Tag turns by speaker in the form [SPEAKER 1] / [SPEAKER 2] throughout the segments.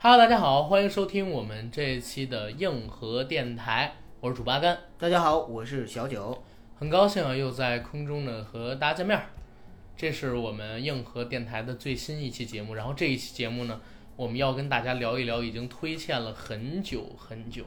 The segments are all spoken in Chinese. [SPEAKER 1] Hello，大家好，欢迎收听我们这一期的硬核电台，我是主八竿，
[SPEAKER 2] 大家好，我是小九。
[SPEAKER 1] 很高兴啊，又在空中呢和大家见面儿。这是我们硬核电台的最新一期节目，然后这一期节目呢，我们要跟大家聊一聊已经推荐了很久很久、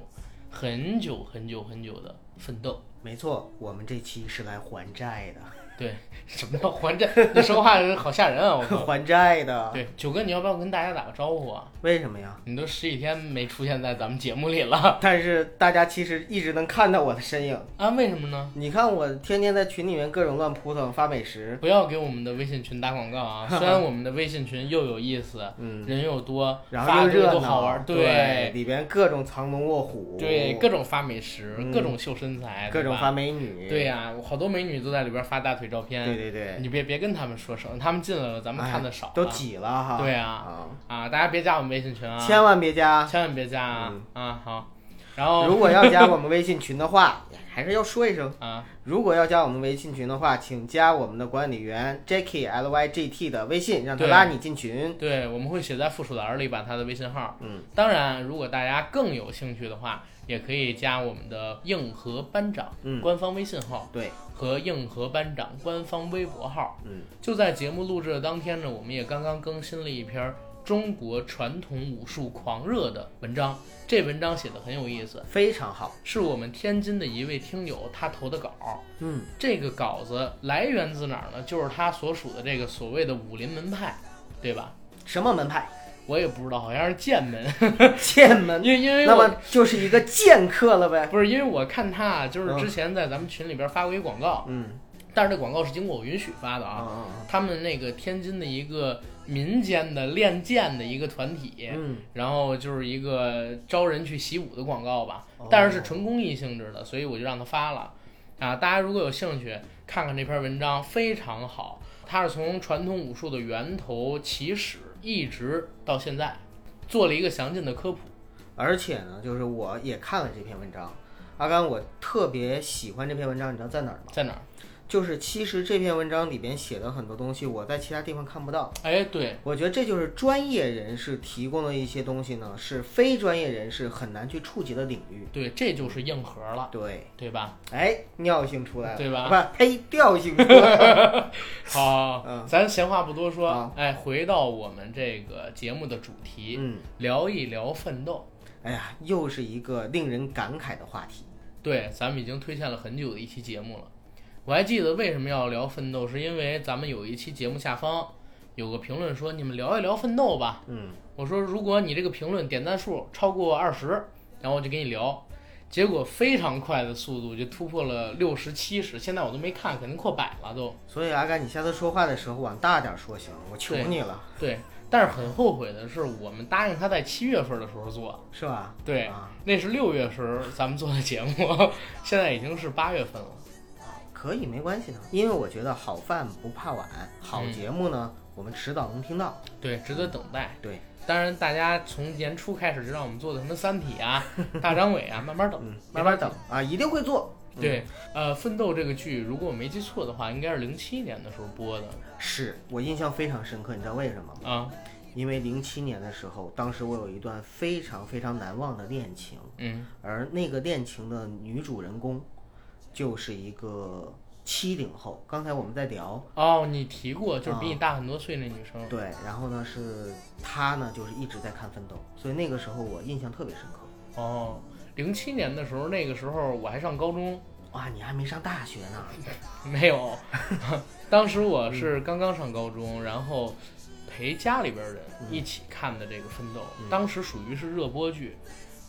[SPEAKER 1] 很久很久很久的《奋斗
[SPEAKER 2] 没错，我们这期是来还债》。
[SPEAKER 1] 对，什么叫还债？你说话好吓人啊！我
[SPEAKER 2] 的，
[SPEAKER 1] 靠。
[SPEAKER 2] 还债的。
[SPEAKER 1] 对，九哥，你要不要跟大家打个招呼啊？
[SPEAKER 2] 为什么呀？
[SPEAKER 1] 你都十几天没出现在咱们节目里 了
[SPEAKER 2] 但是大家其实一直能看到我的身影。
[SPEAKER 1] 啊？为什么呢？
[SPEAKER 2] 你看我天天在群里面各种乱扑腾发美食，
[SPEAKER 1] 不要给我们的微信群打广告 啊！虽然我们的微信群又有意思，
[SPEAKER 2] 嗯，
[SPEAKER 1] 人又多，
[SPEAKER 2] 然
[SPEAKER 1] 发
[SPEAKER 2] 后又
[SPEAKER 1] 的东西
[SPEAKER 2] 热
[SPEAKER 1] 都
[SPEAKER 2] 闹，
[SPEAKER 1] 好玩，
[SPEAKER 2] 对，
[SPEAKER 1] 对
[SPEAKER 2] 里边各种藏龙卧虎，
[SPEAKER 1] 对，各种发美食，
[SPEAKER 2] 嗯
[SPEAKER 1] 各种秀身材，
[SPEAKER 2] 各种
[SPEAKER 1] 对吧
[SPEAKER 2] 发美女，
[SPEAKER 1] 对呀、好多美女都在里边发大腿照片。
[SPEAKER 2] 对对对，
[SPEAKER 1] 你别别跟他们说什么，他们进来了，咱们
[SPEAKER 2] 哎
[SPEAKER 1] 看的少啊、
[SPEAKER 2] 都挤了哈，
[SPEAKER 1] 对啊
[SPEAKER 2] 啊，
[SPEAKER 1] 啊！大家别加我们微信群啊，
[SPEAKER 2] 千万别加。
[SPEAKER 1] 千万别加啊、啊！好，然后
[SPEAKER 2] 嗯如果要加我们微信群的话，还是要说一声。
[SPEAKER 1] 啊，
[SPEAKER 2] 如果要加我们微信群的话，请加我们的管理员 Jacky L Y G T 的微信，让他
[SPEAKER 1] 对
[SPEAKER 2] 拉你进群。
[SPEAKER 1] 对，我们会写在附属栏里，把他的微信号。
[SPEAKER 2] 嗯，
[SPEAKER 1] 当然，如果大家更有兴趣的话，也可以加我们的硬核班长
[SPEAKER 2] 嗯
[SPEAKER 1] 官方微信号
[SPEAKER 2] 对，
[SPEAKER 1] 和硬核班长官方微博号。
[SPEAKER 2] 嗯，
[SPEAKER 1] 就在节目录制的当天呢，我们也刚刚更新了一篇中国传统武术狂热的文章，这文章写的很有意思，
[SPEAKER 2] 非常好。
[SPEAKER 1] 是我们天津的一位听友他投的稿。
[SPEAKER 2] 嗯，
[SPEAKER 1] 这个稿子来源自哪儿呢？就是他所属的这个所谓的武林门派，对吧？
[SPEAKER 2] 什么门 派？
[SPEAKER 1] 我也不知道，好像是剑门，
[SPEAKER 2] 剑门。
[SPEAKER 1] 因为因为
[SPEAKER 2] 那
[SPEAKER 1] 我
[SPEAKER 2] 么就是一个剑客了呗。
[SPEAKER 1] 不是因为我看他啊，就是
[SPEAKER 2] 嗯
[SPEAKER 1] 之前在咱们群里边发过一广告，
[SPEAKER 2] 嗯
[SPEAKER 1] 但是这广告是经过我允许发的啊。
[SPEAKER 2] 啊
[SPEAKER 1] 他们那个天津的一个民间的练剑的一个团体，
[SPEAKER 2] 嗯，
[SPEAKER 1] 然后就是一个招人去习武的广告吧
[SPEAKER 2] 哦，
[SPEAKER 1] 但是是纯公益性质的，所以我就让他发了。啊，大家如果有兴趣，看看这篇文章非常好，它是从传统武术的源头起始一直到现在，做了一个详尽的科普。
[SPEAKER 2] 而且呢，就是我也看了这篇文章。阿甘，我特别喜欢这篇文章，你知道在哪儿吗？
[SPEAKER 1] 在哪儿？
[SPEAKER 2] 就是其实这篇文章里边写的很多东西，我在其他地方看不到。
[SPEAKER 1] 哎，对，
[SPEAKER 2] 我觉得这就是专业人士提供的一些东西呢，是非专业人士很难去触及的领域。
[SPEAKER 1] 对，这就是硬核了，
[SPEAKER 2] 对，
[SPEAKER 1] 对吧？
[SPEAKER 2] 哎，尿性出来了，
[SPEAKER 1] 对吧
[SPEAKER 2] 不，呸，调性出 来了。
[SPEAKER 1] 好，
[SPEAKER 2] 嗯
[SPEAKER 1] 咱闲话不多说，
[SPEAKER 2] 啊
[SPEAKER 1] 哎，回到我们这个节目的主题，
[SPEAKER 2] 嗯，
[SPEAKER 1] 聊一聊奋斗。
[SPEAKER 2] 哎呀，又是一个令人感慨的话题。
[SPEAKER 1] 对，咱们已经推荐了很久的一期节目了。我还记得为什么要聊奋斗，是因为咱们有一期节目下方有个评论说：“你们聊一聊奋斗吧。
[SPEAKER 2] 嗯，”
[SPEAKER 1] 我说：“如果你这个评论点赞数超过二十，然后我就给你聊。”结果非常快的速度就突破了六十七十，现在我都没看，肯定破百了都。
[SPEAKER 2] 所以阿甘，你下次说话的时候往大点说行，我求
[SPEAKER 1] 对
[SPEAKER 2] 你了，
[SPEAKER 1] 对，但是很后悔的是，我们答应他在七月份的时候做，
[SPEAKER 2] 是吧？
[SPEAKER 1] 对，
[SPEAKER 2] 啊，
[SPEAKER 1] 那是六月时咱们做的节目， 现在已经是八月份了。
[SPEAKER 2] 可以，没关系的，因为我觉得好饭不怕晚，好
[SPEAKER 1] 嗯
[SPEAKER 2] 节目呢，我们迟早能听到。
[SPEAKER 1] 对，值得等待。
[SPEAKER 2] 对，
[SPEAKER 1] 当然大家从年初开始知道我们做的什么《三体》啊、大张伟啊，慢慢等
[SPEAKER 2] 嗯，，慢慢等。啊，一定会做。嗯
[SPEAKER 1] 对，呃，《奋斗》这个剧，如果我没记错的话，应该是零七年的时候播的
[SPEAKER 2] 是我印象非常深刻，你知道为什么吗？
[SPEAKER 1] 啊。
[SPEAKER 2] 因为零七年的时候，当时我有一段非常非常难忘的恋情，
[SPEAKER 1] 嗯，
[SPEAKER 2] 而那个恋情的女主人公就是一个七零后。刚才我们在聊，
[SPEAKER 1] 哦，你提过，就是
[SPEAKER 2] 啊
[SPEAKER 1] 比你大很多岁那女生。
[SPEAKER 2] 对，然后呢是她呢就是一直在看《奋斗》，所以那个时候我印象特别深刻。
[SPEAKER 1] 哦，零七年的时候，那个时候我还上高中，
[SPEAKER 2] 哇，你还没上大学呢？
[SPEAKER 1] 没有，当时我是刚刚上高中，然后陪家里边人一起看的这个《奋斗》，
[SPEAKER 2] 嗯
[SPEAKER 1] 当时属于是热播剧，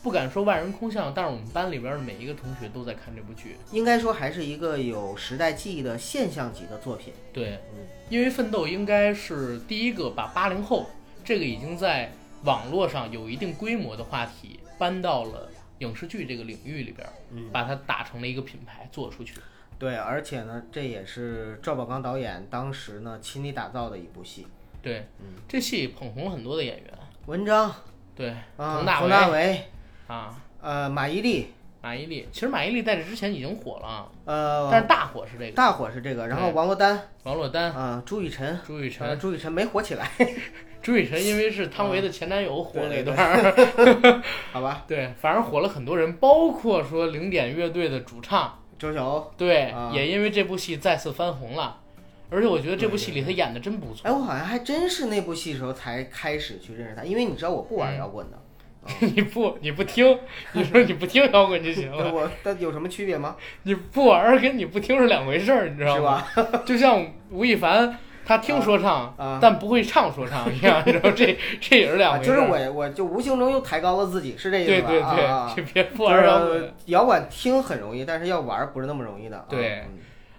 [SPEAKER 1] 不敢说万人空巷，但是我们班里边的每一个同学都在看这部剧。
[SPEAKER 2] 应该说还是一个有时代记忆的现象级的作品。
[SPEAKER 1] 对
[SPEAKER 2] 嗯，
[SPEAKER 1] 因为《奋斗》应该是第一个把八零后这个已经在网络上有一定规模的话题搬到了影视剧这个领域里边，
[SPEAKER 2] 嗯
[SPEAKER 1] 把它打成了一个品牌做出去。
[SPEAKER 2] 对，而且呢，这也是赵宝刚导演当时呢亲力打造的一部戏。
[SPEAKER 1] 对
[SPEAKER 2] 嗯，
[SPEAKER 1] 这戏捧红很多的演员，
[SPEAKER 2] 文章
[SPEAKER 1] 对，
[SPEAKER 2] 啊，
[SPEAKER 1] 大
[SPEAKER 2] 佟
[SPEAKER 1] 为
[SPEAKER 2] 大为，
[SPEAKER 1] 啊，
[SPEAKER 2] 呃，马伊琍，
[SPEAKER 1] 马伊琍，其实马伊琍在这之前已经火了啊，但
[SPEAKER 2] 呃，
[SPEAKER 1] 是大火是这个
[SPEAKER 2] 大火是这个，然后
[SPEAKER 1] 对
[SPEAKER 2] 王珞丹
[SPEAKER 1] 王珞 丹、
[SPEAKER 2] 啊，朱雨辰，
[SPEAKER 1] 朱雨
[SPEAKER 2] 呃
[SPEAKER 1] 辰。
[SPEAKER 2] 朱雨辰没火起来，
[SPEAKER 1] 朱雨辰因为是汤唯的前男友火了一段儿，
[SPEAKER 2] 嗯好吧？
[SPEAKER 1] 对，反而火了很多人，包括说零点乐队的主唱，
[SPEAKER 2] 周晓鸥，
[SPEAKER 1] 对，
[SPEAKER 2] 啊
[SPEAKER 1] 也因为这部戏再次翻红了。而且我觉得这部戏里他演的真不错，
[SPEAKER 2] 哎，我好像还真是那部戏时候才开始去认识他，因为你知道我不
[SPEAKER 1] 嗯
[SPEAKER 2] 玩摇滚的，嗯
[SPEAKER 1] 你不你不听，你 说你不听摇滚就行
[SPEAKER 2] 对
[SPEAKER 1] 了，
[SPEAKER 2] 我但有什么区别吗？
[SPEAKER 1] 你不玩儿跟你不听是两回事儿，你知道
[SPEAKER 2] 是
[SPEAKER 1] 吗？
[SPEAKER 2] 吧？
[SPEAKER 1] 就像吴亦凡他听说唱，
[SPEAKER 2] 啊
[SPEAKER 1] 但不会唱说唱一样，你知道这这也是两
[SPEAKER 2] 啊
[SPEAKER 1] 回事
[SPEAKER 2] 就是
[SPEAKER 1] 儿。
[SPEAKER 2] 我，我就无形中又抬高了自己，是这意
[SPEAKER 1] 对
[SPEAKER 2] 思吧？
[SPEAKER 1] 对
[SPEAKER 2] 啊
[SPEAKER 1] 对，，就别不
[SPEAKER 2] 就
[SPEAKER 1] 玩儿摇滚。
[SPEAKER 2] 是摇滚听很容易，但是要玩儿不是那么容易的。啊
[SPEAKER 1] 对，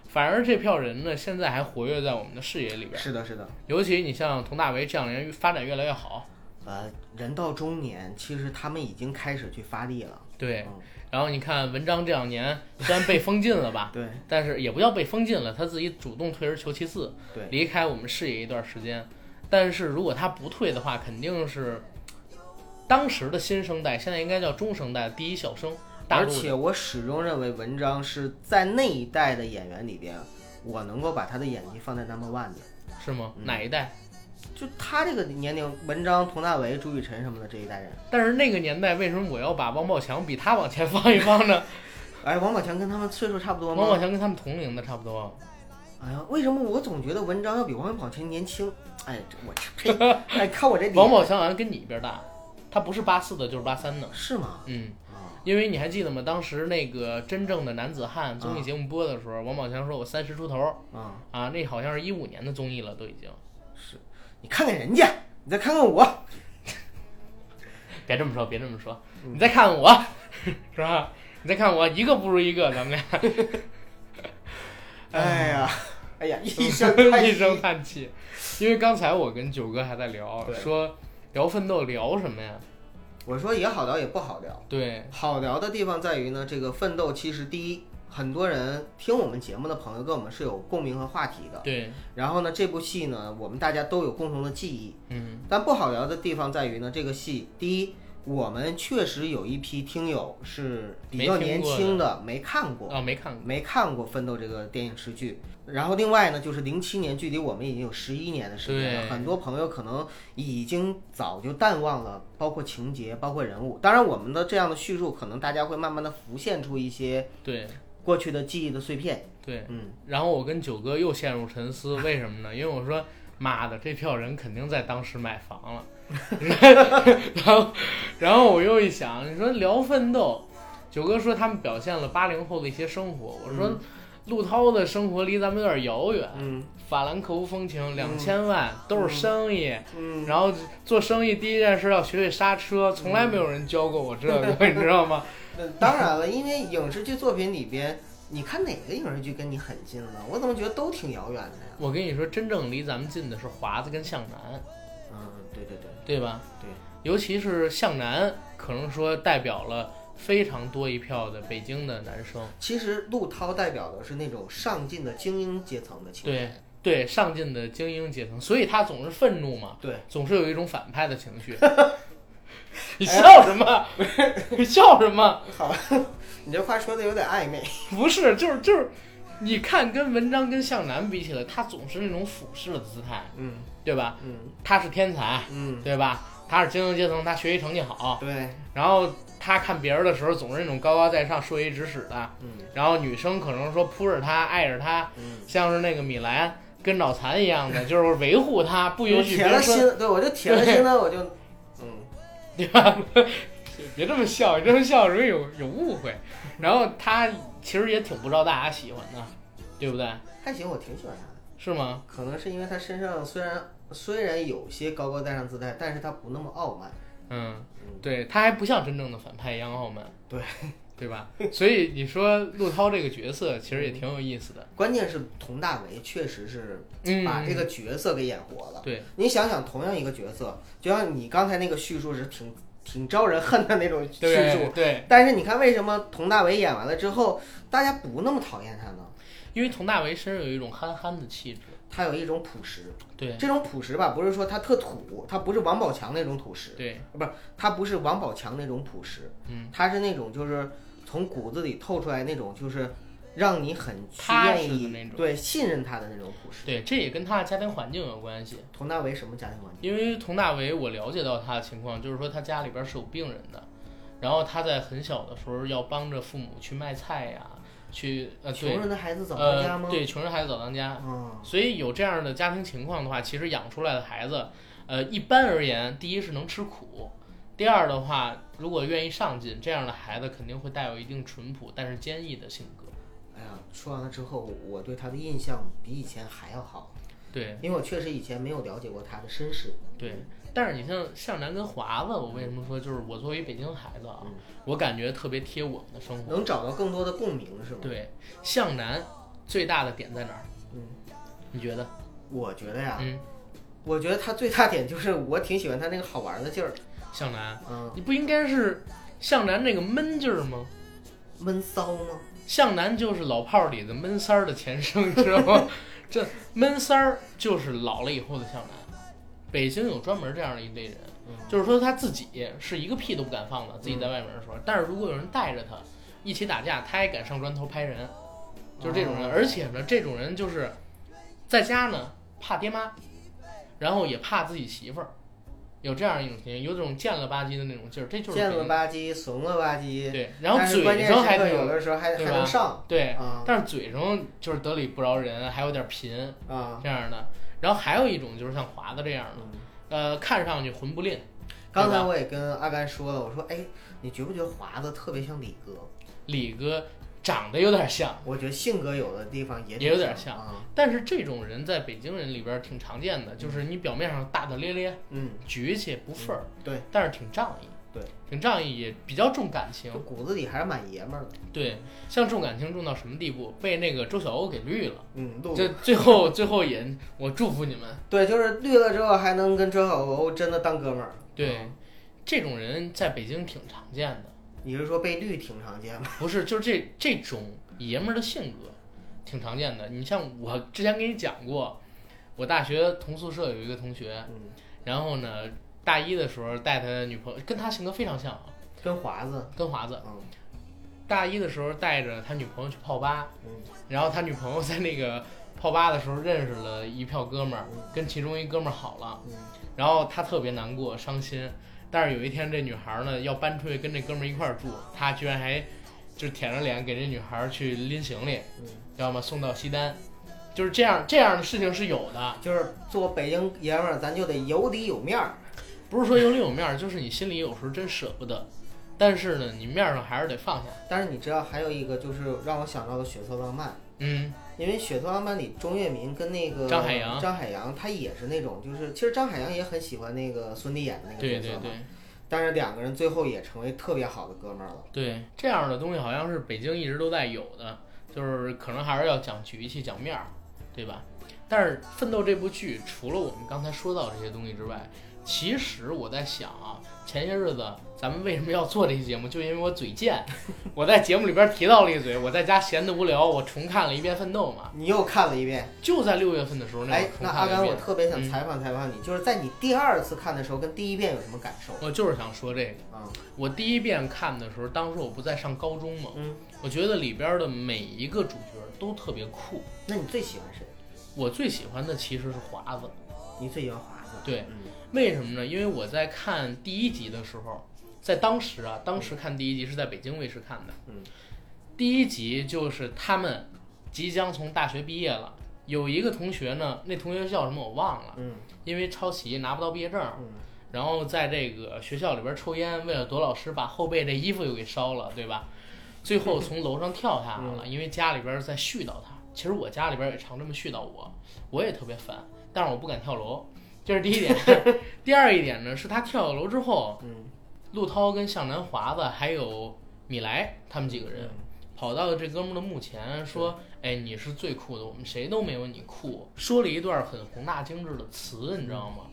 [SPEAKER 1] 反而这票人呢，现在还活跃在我们的视野里
[SPEAKER 2] 嗯
[SPEAKER 1] 边儿。
[SPEAKER 2] 是的，是的。
[SPEAKER 1] 尤其你像佟大为这样的人，发展越来越好。
[SPEAKER 2] 呃，人到中年，其实他们已经开始去发力了。
[SPEAKER 1] 对
[SPEAKER 2] 嗯，，
[SPEAKER 1] 然后你看文章这两年虽然被封禁了吧
[SPEAKER 2] 对
[SPEAKER 1] 但是也不叫被封禁了，他自己主动退而求其次，
[SPEAKER 2] 对，
[SPEAKER 1] 离开我们视野一段时间。但是如果他不退的话，肯定是当时的新生代，现在应该叫中生代第一小生，大
[SPEAKER 2] 而
[SPEAKER 1] 陆
[SPEAKER 2] 且我始终认为文章是在那一代的演员里边，我能够把他的演技放在 number one 的。
[SPEAKER 1] 是吗？
[SPEAKER 2] 嗯
[SPEAKER 1] 哪一代？
[SPEAKER 2] 就他这个年龄，文章、佟大为、朱雨辰什么的这一代人，
[SPEAKER 1] 但是那个年代，为什么我要把王宝强比他往前放一放呢？
[SPEAKER 2] 哎，王宝强跟他们岁数差不多
[SPEAKER 1] 王宝
[SPEAKER 2] 吗？
[SPEAKER 1] 强跟他们同龄的差不多，
[SPEAKER 2] 哎呀，为什么我总觉得文章要比王宝强年轻？哎，这我 这呸！哎，看我这脸
[SPEAKER 1] 王宝强好像跟你一边大，他不是八四的，就是八三的。
[SPEAKER 2] 是吗？
[SPEAKER 1] 嗯，
[SPEAKER 2] 啊，
[SPEAKER 1] 因为你还记得吗？当时那个真正的男子汉综艺节目播的时候，王宝强说：“我三十出头
[SPEAKER 2] 啊，
[SPEAKER 1] 啊，那好像是一五年的综艺了，都已经。
[SPEAKER 2] 是，你看看人家，你再看看我，”
[SPEAKER 1] 别这么说，别这么说，你再看看我， 是吧？你再看我，一个不如一个，咱们俩
[SPEAKER 2] 哎呀，哎呀，一声 叹
[SPEAKER 1] 一
[SPEAKER 2] 息
[SPEAKER 1] 声叹气。因为刚才我跟九哥还在聊，
[SPEAKER 2] 对
[SPEAKER 1] 说聊奋斗，聊什么呀？
[SPEAKER 2] 我说也好聊，也不好聊。
[SPEAKER 1] 对，
[SPEAKER 2] 好聊的地方在于呢，这个奋斗其实第一，很多人听我们节目的朋友跟我们是有共鸣和话题的。
[SPEAKER 1] 对，
[SPEAKER 2] 然后呢，这部戏呢，我们大家都有共同的记忆。
[SPEAKER 1] 嗯，
[SPEAKER 2] 但不好聊的地方在于呢，这个戏第一，我们确实有一批听友是比较
[SPEAKER 1] 没听
[SPEAKER 2] 年
[SPEAKER 1] 过的
[SPEAKER 2] 轻的，没看过。
[SPEAKER 1] 啊，没看过。
[SPEAKER 2] 没看过《奋斗》这个电影视剧，然后另外呢，就是零七年，距离我们已经有十一年的时间了，
[SPEAKER 1] 对
[SPEAKER 2] 很多朋友可能已经早就淡忘了，包括情节，包括人物。当然，我们的这样的叙述，可能大家会慢慢的浮现出一些
[SPEAKER 1] 对
[SPEAKER 2] 过去的记忆的碎片。
[SPEAKER 1] 对，
[SPEAKER 2] 嗯，
[SPEAKER 1] 然后我跟九哥又陷入沉 思，为什么呢？因为我说，妈的，这票人肯定在当时买房 了。然后，然后我又一想，你说聊奋斗，九哥说他们表现了八零后的一些生活，我说。陆涛的生活离咱们有点遥远，
[SPEAKER 2] 嗯，
[SPEAKER 1] 法兰克福风情，两千万、都是生意，
[SPEAKER 2] 嗯，
[SPEAKER 1] 然后做生意第一件事要学会刹车，从来没有人教过我这 个，你知道吗？
[SPEAKER 2] 那当然了，因为影视剧作品里边，你看哪个影视剧跟你很近了？我怎么觉得都挺遥远的呀？
[SPEAKER 1] 我跟你说，真正离咱们近的是华子跟向南，
[SPEAKER 2] 嗯，对对对，
[SPEAKER 1] 对吧？
[SPEAKER 2] 对，
[SPEAKER 1] 尤其是向南，可能说代表了非常多一票的北京的男生，
[SPEAKER 2] 其实陆涛代表的是那种上进的精英阶层的青
[SPEAKER 1] 对
[SPEAKER 2] 年。
[SPEAKER 1] 对，上进的精英阶层，所以他总是愤怒嘛，
[SPEAKER 2] 对，
[SPEAKER 1] 总是有一种反派的情 绪。你笑什么？你笑什么？
[SPEAKER 2] 你这话说的有点暧昧。
[SPEAKER 1] 不是，就是就是，你看跟文章跟向南比起来，他总是那种俯视的姿态，
[SPEAKER 2] 嗯
[SPEAKER 1] 对吧？
[SPEAKER 2] 嗯
[SPEAKER 1] 他是天才，
[SPEAKER 2] 嗯，
[SPEAKER 1] 对吧？他是精英阶层，他学习成绩好，
[SPEAKER 2] 对，
[SPEAKER 1] 然后他看别人的时候总是那种高高在上、说一指使的，
[SPEAKER 2] 嗯
[SPEAKER 1] 然后女生可能说扑着他、爱着他，
[SPEAKER 2] 嗯，
[SPEAKER 1] 像是那个米兰跟脑残一样的，就是维护他，不允许别
[SPEAKER 2] 铁了
[SPEAKER 1] 人说，
[SPEAKER 2] 心，对我就铁了心的，我就，嗯，
[SPEAKER 1] 对吧？ 别这么笑，你这么笑容易有有误会。然后他其实也挺不招大家喜欢的，对不对？
[SPEAKER 2] 嗯还行，我挺喜欢他的。
[SPEAKER 1] 是吗？
[SPEAKER 2] 可能是因为他身上虽然虽然有些高高在上姿态，但是他不那么傲慢。
[SPEAKER 1] 嗯
[SPEAKER 2] 嗯，
[SPEAKER 1] 对他还不像真正的反派一样傲慢，
[SPEAKER 2] 对
[SPEAKER 1] 对吧？所以你说陆涛这个角色其实也挺有意思的，
[SPEAKER 2] 关键是佟大为确实是
[SPEAKER 1] 嗯，
[SPEAKER 2] 把这个角色给演活了。
[SPEAKER 1] 对
[SPEAKER 2] 你想想，同样一个角色，就像你刚才那个叙述是挺挺招人恨的那种叙
[SPEAKER 1] 对
[SPEAKER 2] 述，
[SPEAKER 1] 对，
[SPEAKER 2] 但是你看为什么佟大为演完了之后，大家不那么讨厌他呢？
[SPEAKER 1] 因为佟大为身上有一种憨憨的气质，
[SPEAKER 2] 他有一种朴实，
[SPEAKER 1] 对
[SPEAKER 2] 这种朴实吧，不是说他特土，他不是王宝强那种朴实，
[SPEAKER 1] 对，
[SPEAKER 2] 他不是王宝强那种朴实，
[SPEAKER 1] 嗯，
[SPEAKER 2] 他是那种就是从骨子里透出来那种，就是让你很去
[SPEAKER 1] 踏
[SPEAKER 2] 愿
[SPEAKER 1] 实的
[SPEAKER 2] 意
[SPEAKER 1] 那种
[SPEAKER 2] 对信任他的那种故事。
[SPEAKER 1] 对，这也跟他的家庭环境有关系。
[SPEAKER 2] 佟大为什么家庭环境？
[SPEAKER 1] 因为佟大为，我了解到他的情况，就是说他家里边是有病人的，然后他在很小的时候要帮着父母去卖菜呀，去呃对
[SPEAKER 2] 穷人的孩子早当家
[SPEAKER 1] 呃
[SPEAKER 2] 吗？
[SPEAKER 1] 对，穷人孩子早当家，
[SPEAKER 2] 嗯，
[SPEAKER 1] 所以有这样的家庭情况的话，其实养出来的孩子，呃，一般而言，第一是能吃苦，第二的话，如果愿意上进，这样的孩子肯定会带有一定淳朴但是坚毅的性格。
[SPEAKER 2] 哎呀，说完了之后，我对他的印象比以前还要好，
[SPEAKER 1] 对
[SPEAKER 2] 因为我确实以前没有了解过他的身世。
[SPEAKER 1] 对，但是你像向南跟华子，我为什么说就是我作为北京孩子啊，
[SPEAKER 2] 嗯
[SPEAKER 1] 我感觉特别贴我们的生活。
[SPEAKER 2] 能找到更多的共鸣是吗？，
[SPEAKER 1] 嗯对，向南最大的点在哪儿？
[SPEAKER 2] 嗯，
[SPEAKER 1] 你觉得？
[SPEAKER 2] 我觉得呀，
[SPEAKER 1] 嗯，
[SPEAKER 2] 我觉得他最大点就是我挺喜欢他那个好玩的劲儿，
[SPEAKER 1] 向南，
[SPEAKER 2] 嗯，
[SPEAKER 1] 你不应该是向南那个闷劲儿吗？
[SPEAKER 2] 闷骚吗？
[SPEAKER 1] 嗯向南就是老炮儿里的闷三儿的前身，你知道吗？这闷三儿就是老了以后的向南。北京有专门这样的一类人，
[SPEAKER 2] 嗯
[SPEAKER 1] 就是说他自己是一个屁都不敢放的，自己在外面的时候，但是如果有人带着他一起打架，他也敢上砖头拍人，就是这种人。
[SPEAKER 2] 哦
[SPEAKER 1] 而且呢，这种人就是在家呢怕爹妈，然后也怕自己媳妇儿，有这样一种情形，有种贱了吧唧的那种劲儿，这就是
[SPEAKER 2] 贱
[SPEAKER 1] 北
[SPEAKER 2] 了
[SPEAKER 1] 京
[SPEAKER 2] 吧唧，怂了吧唧，
[SPEAKER 1] 对，然后
[SPEAKER 2] 但是关
[SPEAKER 1] 嘴
[SPEAKER 2] 键
[SPEAKER 1] 上
[SPEAKER 2] 时
[SPEAKER 1] 还
[SPEAKER 2] 刻
[SPEAKER 1] 挺
[SPEAKER 2] 有的时候还
[SPEAKER 1] 对
[SPEAKER 2] 还
[SPEAKER 1] 吧
[SPEAKER 2] 能上
[SPEAKER 1] 对，
[SPEAKER 2] 啊
[SPEAKER 1] 但是嘴上就是得理不饶人，还有点贫
[SPEAKER 2] 啊！
[SPEAKER 1] 这样的。然后还有一种就是像华子这样的，呃，看上去混不吝。
[SPEAKER 2] 刚才
[SPEAKER 1] 对吧
[SPEAKER 2] 我也跟阿甘说了，我说哎，你觉不觉得华子特别像李哥？
[SPEAKER 1] 李哥长得有点像，
[SPEAKER 2] 我觉得性格有的地方也
[SPEAKER 1] 也有点像
[SPEAKER 2] 像啊，
[SPEAKER 1] 但是这种人在北京人里边挺常见的，就是你表面上大大咧咧、
[SPEAKER 2] 嗯，
[SPEAKER 1] 倔气不忿儿，
[SPEAKER 2] 对，
[SPEAKER 1] 但是挺仗义，
[SPEAKER 2] 对，
[SPEAKER 1] 挺仗义，也比较重感情
[SPEAKER 2] 就。骨子里还是蛮爷们儿的，
[SPEAKER 1] 对，像重感情重到什么地步，被那个周晓鸥给绿了。
[SPEAKER 2] 嗯，路
[SPEAKER 1] 这最后最后也，我祝福你们。
[SPEAKER 2] 对，就是绿了之后还能跟周晓鸥真的当哥们儿。
[SPEAKER 1] 对，这种人在北京挺常见的。
[SPEAKER 2] 你是说被绿挺常见吗？
[SPEAKER 1] 不是，就是这这种爷们儿的性格，挺常见的。你像我之前跟你讲过，我大学同宿舍有一个同学，
[SPEAKER 2] 嗯，
[SPEAKER 1] 然后呢，大一的时候带他的女朋友，跟他性格非常像啊，
[SPEAKER 2] 跟华子，
[SPEAKER 1] 跟华子。
[SPEAKER 2] 嗯
[SPEAKER 1] 大一的时候带着他女朋友去泡吧，
[SPEAKER 2] 嗯
[SPEAKER 1] 然后他女朋友在那个泡吧的时候认识了一票哥们儿
[SPEAKER 2] 嗯，
[SPEAKER 1] 跟其中一哥们儿好了，
[SPEAKER 2] 嗯，
[SPEAKER 1] 然后他特别难过伤心，但是有一天这女孩儿呢要搬出去跟这哥们儿一块儿住，他居然还就舔着脸给这女孩儿去拎行李，
[SPEAKER 2] 嗯
[SPEAKER 1] 知道吗？送到西单，就是这样这样的事情是有的，
[SPEAKER 2] 啊就是做北京爷们儿，咱就得有里有面儿。
[SPEAKER 1] 不是说有里有面儿，就是你心里有时候真舍不得，但是呢你面儿上还是得放下。
[SPEAKER 2] 但是你知道还有一个就是让我想到了《血色浪漫》，
[SPEAKER 1] 嗯，
[SPEAKER 2] 因为《血色浪漫》里钟跃民跟那个
[SPEAKER 1] 张海洋
[SPEAKER 2] 张海洋他也是那种，就是其实张海洋也很喜欢那个孙俪演的那个
[SPEAKER 1] 对
[SPEAKER 2] 角色
[SPEAKER 1] 对
[SPEAKER 2] 嘛，
[SPEAKER 1] 对
[SPEAKER 2] 但是两个人最后也成为特别好的哥们儿了。
[SPEAKER 1] 对，这样的东西好像是北京一直都在有的，就是可能还是要讲局气、讲面儿，对吧？但是《奋斗》这部剧，除了我们刚才说到这些东西之外，其实我在想啊，前些日子咱们为什么要做这期节目，就因为我嘴贱， 我在节目里边提到了一嘴，我在家闲得无聊，我重看了一遍《奋斗》嘛，
[SPEAKER 2] 你又看了一遍，
[SPEAKER 1] 就在六月份的时候那会
[SPEAKER 2] 哎
[SPEAKER 1] 儿，重
[SPEAKER 2] 那
[SPEAKER 1] 看
[SPEAKER 2] 阿
[SPEAKER 1] 了一
[SPEAKER 2] 甘，我
[SPEAKER 1] 遍。
[SPEAKER 2] 特别想
[SPEAKER 1] 嗯
[SPEAKER 2] 采访采访你，就是在你第二次看的时候跟第一遍有什么感受？
[SPEAKER 1] 我就是想说这个，
[SPEAKER 2] 啊，
[SPEAKER 1] 我第一遍看的时候，当时我不在上高中嘛，
[SPEAKER 2] 嗯，
[SPEAKER 1] 我觉得里边的每一个主角都特别酷，
[SPEAKER 2] 那你最喜欢谁？
[SPEAKER 1] 我最喜欢的其实是华子，
[SPEAKER 2] 你最喜欢华子？
[SPEAKER 1] 对
[SPEAKER 2] 嗯，
[SPEAKER 1] 为什么呢？因为我在看第一集的时候，在当时啊，当时看第一集是在北京卫视看的，
[SPEAKER 2] 嗯，
[SPEAKER 1] 第一集就是他们即将从大学毕业了，有一个同学呢，那同学叫什么我忘了，
[SPEAKER 2] 嗯
[SPEAKER 1] 因为抄袭拿不到毕业证，
[SPEAKER 2] 嗯
[SPEAKER 1] 然后在这个学校里边抽烟，为了躲老师，把后背这衣服又给烧了，对吧？最后从楼上跳下来
[SPEAKER 2] 嗯
[SPEAKER 1] 了，因为家里边在絮叨他。其实我家里边也常这么絮叨我，我也特别烦，但是我不敢跳楼，这是第一 点。第二一点呢，是他跳楼之后，
[SPEAKER 2] 嗯
[SPEAKER 1] 陆涛跟向南华子还有米莱他们几个人
[SPEAKER 2] 嗯
[SPEAKER 1] 跑到这哥们儿的墓前说：“哎，你是最酷的，我们谁都没有你酷。”说了一段很宏大精致的词，你知道吗？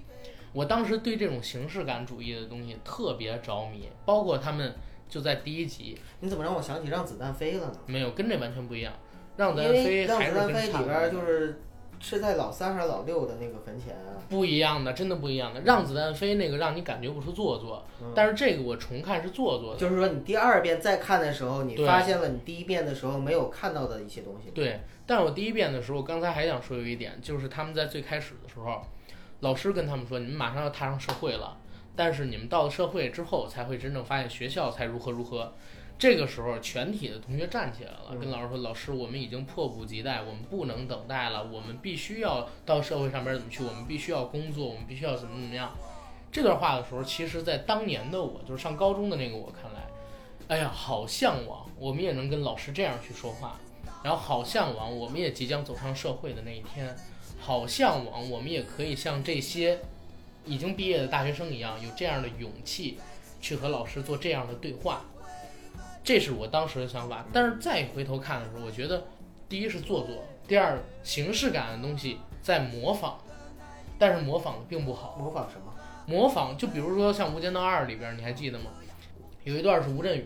[SPEAKER 1] 我当时对这种形式感主义的东西特别着迷，包括他们就在第一集
[SPEAKER 2] 你怎么让我想起《让子弹飞》了呢？
[SPEAKER 1] 没有跟这完全不一样，让
[SPEAKER 2] 因
[SPEAKER 1] 咱
[SPEAKER 2] 为
[SPEAKER 1] 飞
[SPEAKER 2] 《让
[SPEAKER 1] 还
[SPEAKER 2] 子
[SPEAKER 1] 是
[SPEAKER 2] 弹
[SPEAKER 1] 跟
[SPEAKER 2] 飞》
[SPEAKER 1] 差
[SPEAKER 2] 里
[SPEAKER 1] 不多
[SPEAKER 2] 边就是是在老三还是老六的那个坟前啊？
[SPEAKER 1] 不一样的，真的不一样的。让子弹飞那个让你感觉不出做作，
[SPEAKER 2] 嗯
[SPEAKER 1] 但是这个我重看是做作的。
[SPEAKER 2] 就是说你第二遍再看的时候，你
[SPEAKER 1] 对
[SPEAKER 2] 发现了你第一遍的时候没有看到的一些东西。
[SPEAKER 1] 对，但是我第一遍的时候，刚才还想说有一点，就是他们在最开始的时候，老师跟他们说，你们马上要踏上社会了，但是你们到了社会之后，才会真正发现学校才如何如何。这个时候，全体的同学站起来了，跟老师说：“老师，我们已经迫不及待，我们不能等待了，我们必须要到社会上边怎么去，我们必须要工作，我们必须要怎么怎么样。”这段话的时候，其实，在当年的我，就是上高中的那个我看来，哎呀，好向往，我们也能跟老师这样去说话。然后好向往我们也即将走上社会的那一天，好向往我们也可以像这些已经毕业的大学生一样，有这样的勇气去和老师做这样的对话。这是我当时的想法，但是再回头看的时候，我觉得第一是做作，第二形式感的东西在模仿，但是模仿的并不好。
[SPEAKER 2] 模仿什么？
[SPEAKER 1] 模仿，就比如说像《无间道二》里边，你还记得吗？有一段是吴镇宇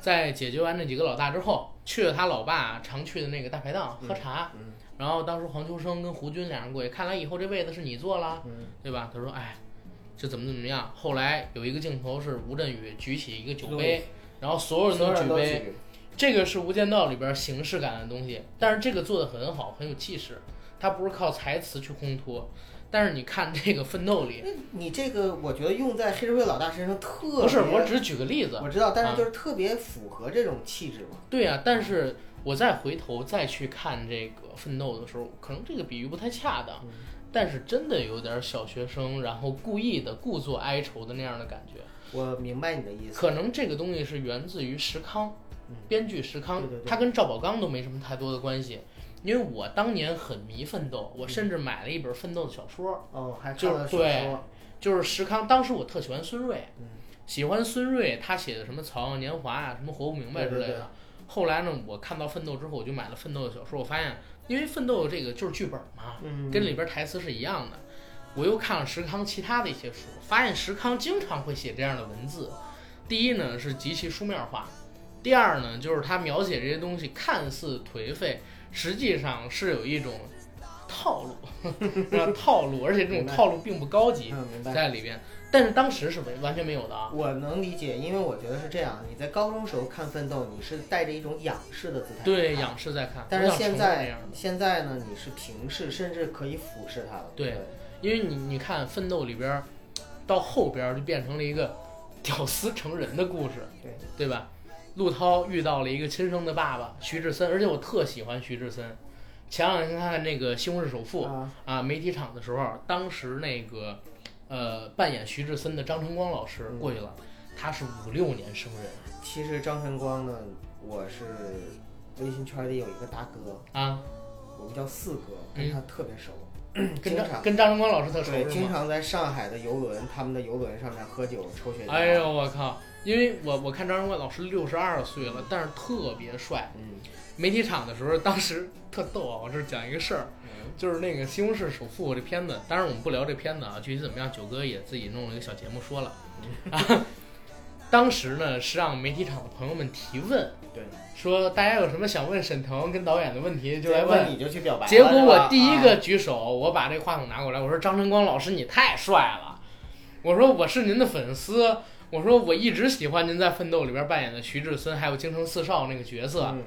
[SPEAKER 1] 在解决完这几个老大之后，去了他老爸常去的那个大排档喝茶，
[SPEAKER 2] 嗯
[SPEAKER 1] 然后当时黄秋生跟胡军两人过去，看来以后这位子是你坐了，
[SPEAKER 2] 嗯
[SPEAKER 1] 对吧？他说，哎，这怎么怎么样？后来有一个镜头是吴镇宇举起一个酒杯，然后所有人
[SPEAKER 2] 所有
[SPEAKER 1] 都
[SPEAKER 2] 人
[SPEAKER 1] 举
[SPEAKER 2] 都
[SPEAKER 1] 杯，
[SPEAKER 2] 举
[SPEAKER 1] 这个是《无间道》里边形式感的东西，但是这个做的很好，很有气势，它不是靠台词去烘托。但是你看这个《奋斗》里，
[SPEAKER 2] 你这个我觉得用在黑社会老大身上特别
[SPEAKER 1] 不是，我只是举个例子
[SPEAKER 2] 我。知道，但
[SPEAKER 1] 啊
[SPEAKER 2] 是就是特别符合这种气质嘛。
[SPEAKER 1] 对啊，但是我再回头再去看这个《奋斗》的时候，可能这个比喻不太恰
[SPEAKER 2] 嗯
[SPEAKER 1] 当，但是真的有点小学生，然后故意的故作哀愁的那样的感觉。
[SPEAKER 2] 我明白你的意思。嗯
[SPEAKER 1] 可能这个东西是源自于石康，编剧石康
[SPEAKER 2] 对对，对
[SPEAKER 1] 他跟赵宝刚都没什么太多的关系。因为我当年很迷《奋斗》，
[SPEAKER 2] 嗯
[SPEAKER 1] 我甚至买了一本《奋斗》的小说，
[SPEAKER 2] 哦，还
[SPEAKER 1] 就
[SPEAKER 2] 看
[SPEAKER 1] 是
[SPEAKER 2] 了小
[SPEAKER 1] 对
[SPEAKER 2] 说，
[SPEAKER 1] 就是石康，当时我特喜欢孙瑞，
[SPEAKER 2] 嗯
[SPEAKER 1] 喜欢孙瑞他写的什么《草样年华》啊，什么《活不明白》之类的。
[SPEAKER 2] 对对对
[SPEAKER 1] 后来呢，我看到《奋斗》之后，我就买了《奋斗》的小说，我发现，因为《奋斗》这个就是剧本嘛，
[SPEAKER 2] 嗯，
[SPEAKER 1] 跟里边台词是一样的。我又看了石康其他的一些书，发现石康经常会写这样的文字。第一呢是极其书面化，第二呢就是他描写这些东西看似颓废，实际上是有一种套路， 是吧套路，而且这种
[SPEAKER 2] 明白
[SPEAKER 1] 套路并不高级。
[SPEAKER 2] 嗯明白。
[SPEAKER 1] 在里边，但是当时是完完全没有的啊。
[SPEAKER 2] 我能理解，因为我觉得是这样。你在高中时候看《奋斗》，你是带着一种仰视的姿态，
[SPEAKER 1] 对，仰视在看，
[SPEAKER 2] 但
[SPEAKER 1] 我
[SPEAKER 2] 是
[SPEAKER 1] 想
[SPEAKER 2] 现
[SPEAKER 1] 成为那
[SPEAKER 2] 在
[SPEAKER 1] 样的，
[SPEAKER 2] 现在呢，你是平视，甚至可以俯视它了。
[SPEAKER 1] 对
[SPEAKER 2] 对，
[SPEAKER 1] 因为你你看《奋斗》里边儿，到后边儿就变成了一个 屌丝成人的故事，
[SPEAKER 2] 对
[SPEAKER 1] 对吧？陆涛遇到了一个亲生的爸爸徐志森，而且我特喜欢徐志森。前两天看那个《西红柿首富》
[SPEAKER 2] 啊，
[SPEAKER 1] 啊媒体场的时候，当时那个呃扮演徐志森的张晨光老师
[SPEAKER 2] 嗯
[SPEAKER 1] 过去了，他是五六年生人
[SPEAKER 2] 其实张晨光呢，我是微信圈里有一个大哥，
[SPEAKER 1] 啊，
[SPEAKER 2] 我们叫四哥，跟他特别熟，
[SPEAKER 1] 嗯跟
[SPEAKER 2] 经
[SPEAKER 1] 张
[SPEAKER 2] 常
[SPEAKER 1] 跟张晨光老师特熟
[SPEAKER 2] 对，
[SPEAKER 1] 是吗
[SPEAKER 2] 经？常在上海的游轮，他们的游轮上面喝酒抽雪茄。
[SPEAKER 1] 哎呦，我靠！因为我我看张仁贵老师六十二岁了，但是特别帅。
[SPEAKER 2] 嗯，
[SPEAKER 1] 媒体场的时候，当时特逗啊！我这讲一个事儿，
[SPEAKER 2] 嗯
[SPEAKER 1] 就是那个《西红柿首富》这片子，当然我们不聊这片子啊，具体怎么样，九哥也自己弄了一个小节目说 了。啊，当时呢是让媒体场的朋友们提问，
[SPEAKER 2] 对，
[SPEAKER 1] 说大家有什么想问沈腾跟导演的问题就来
[SPEAKER 2] 结
[SPEAKER 1] 问
[SPEAKER 2] 果。你就去表白了。
[SPEAKER 1] 结果
[SPEAKER 2] 是
[SPEAKER 1] 我
[SPEAKER 2] 吧
[SPEAKER 1] 第一个举手，我把这话筒拿过来，我说张晨光老师你太帅了，我说我是您的粉丝，我说我一直喜欢您在《奋斗》里边扮演的徐志森，还有京城四少那个角色，
[SPEAKER 2] 啊嗯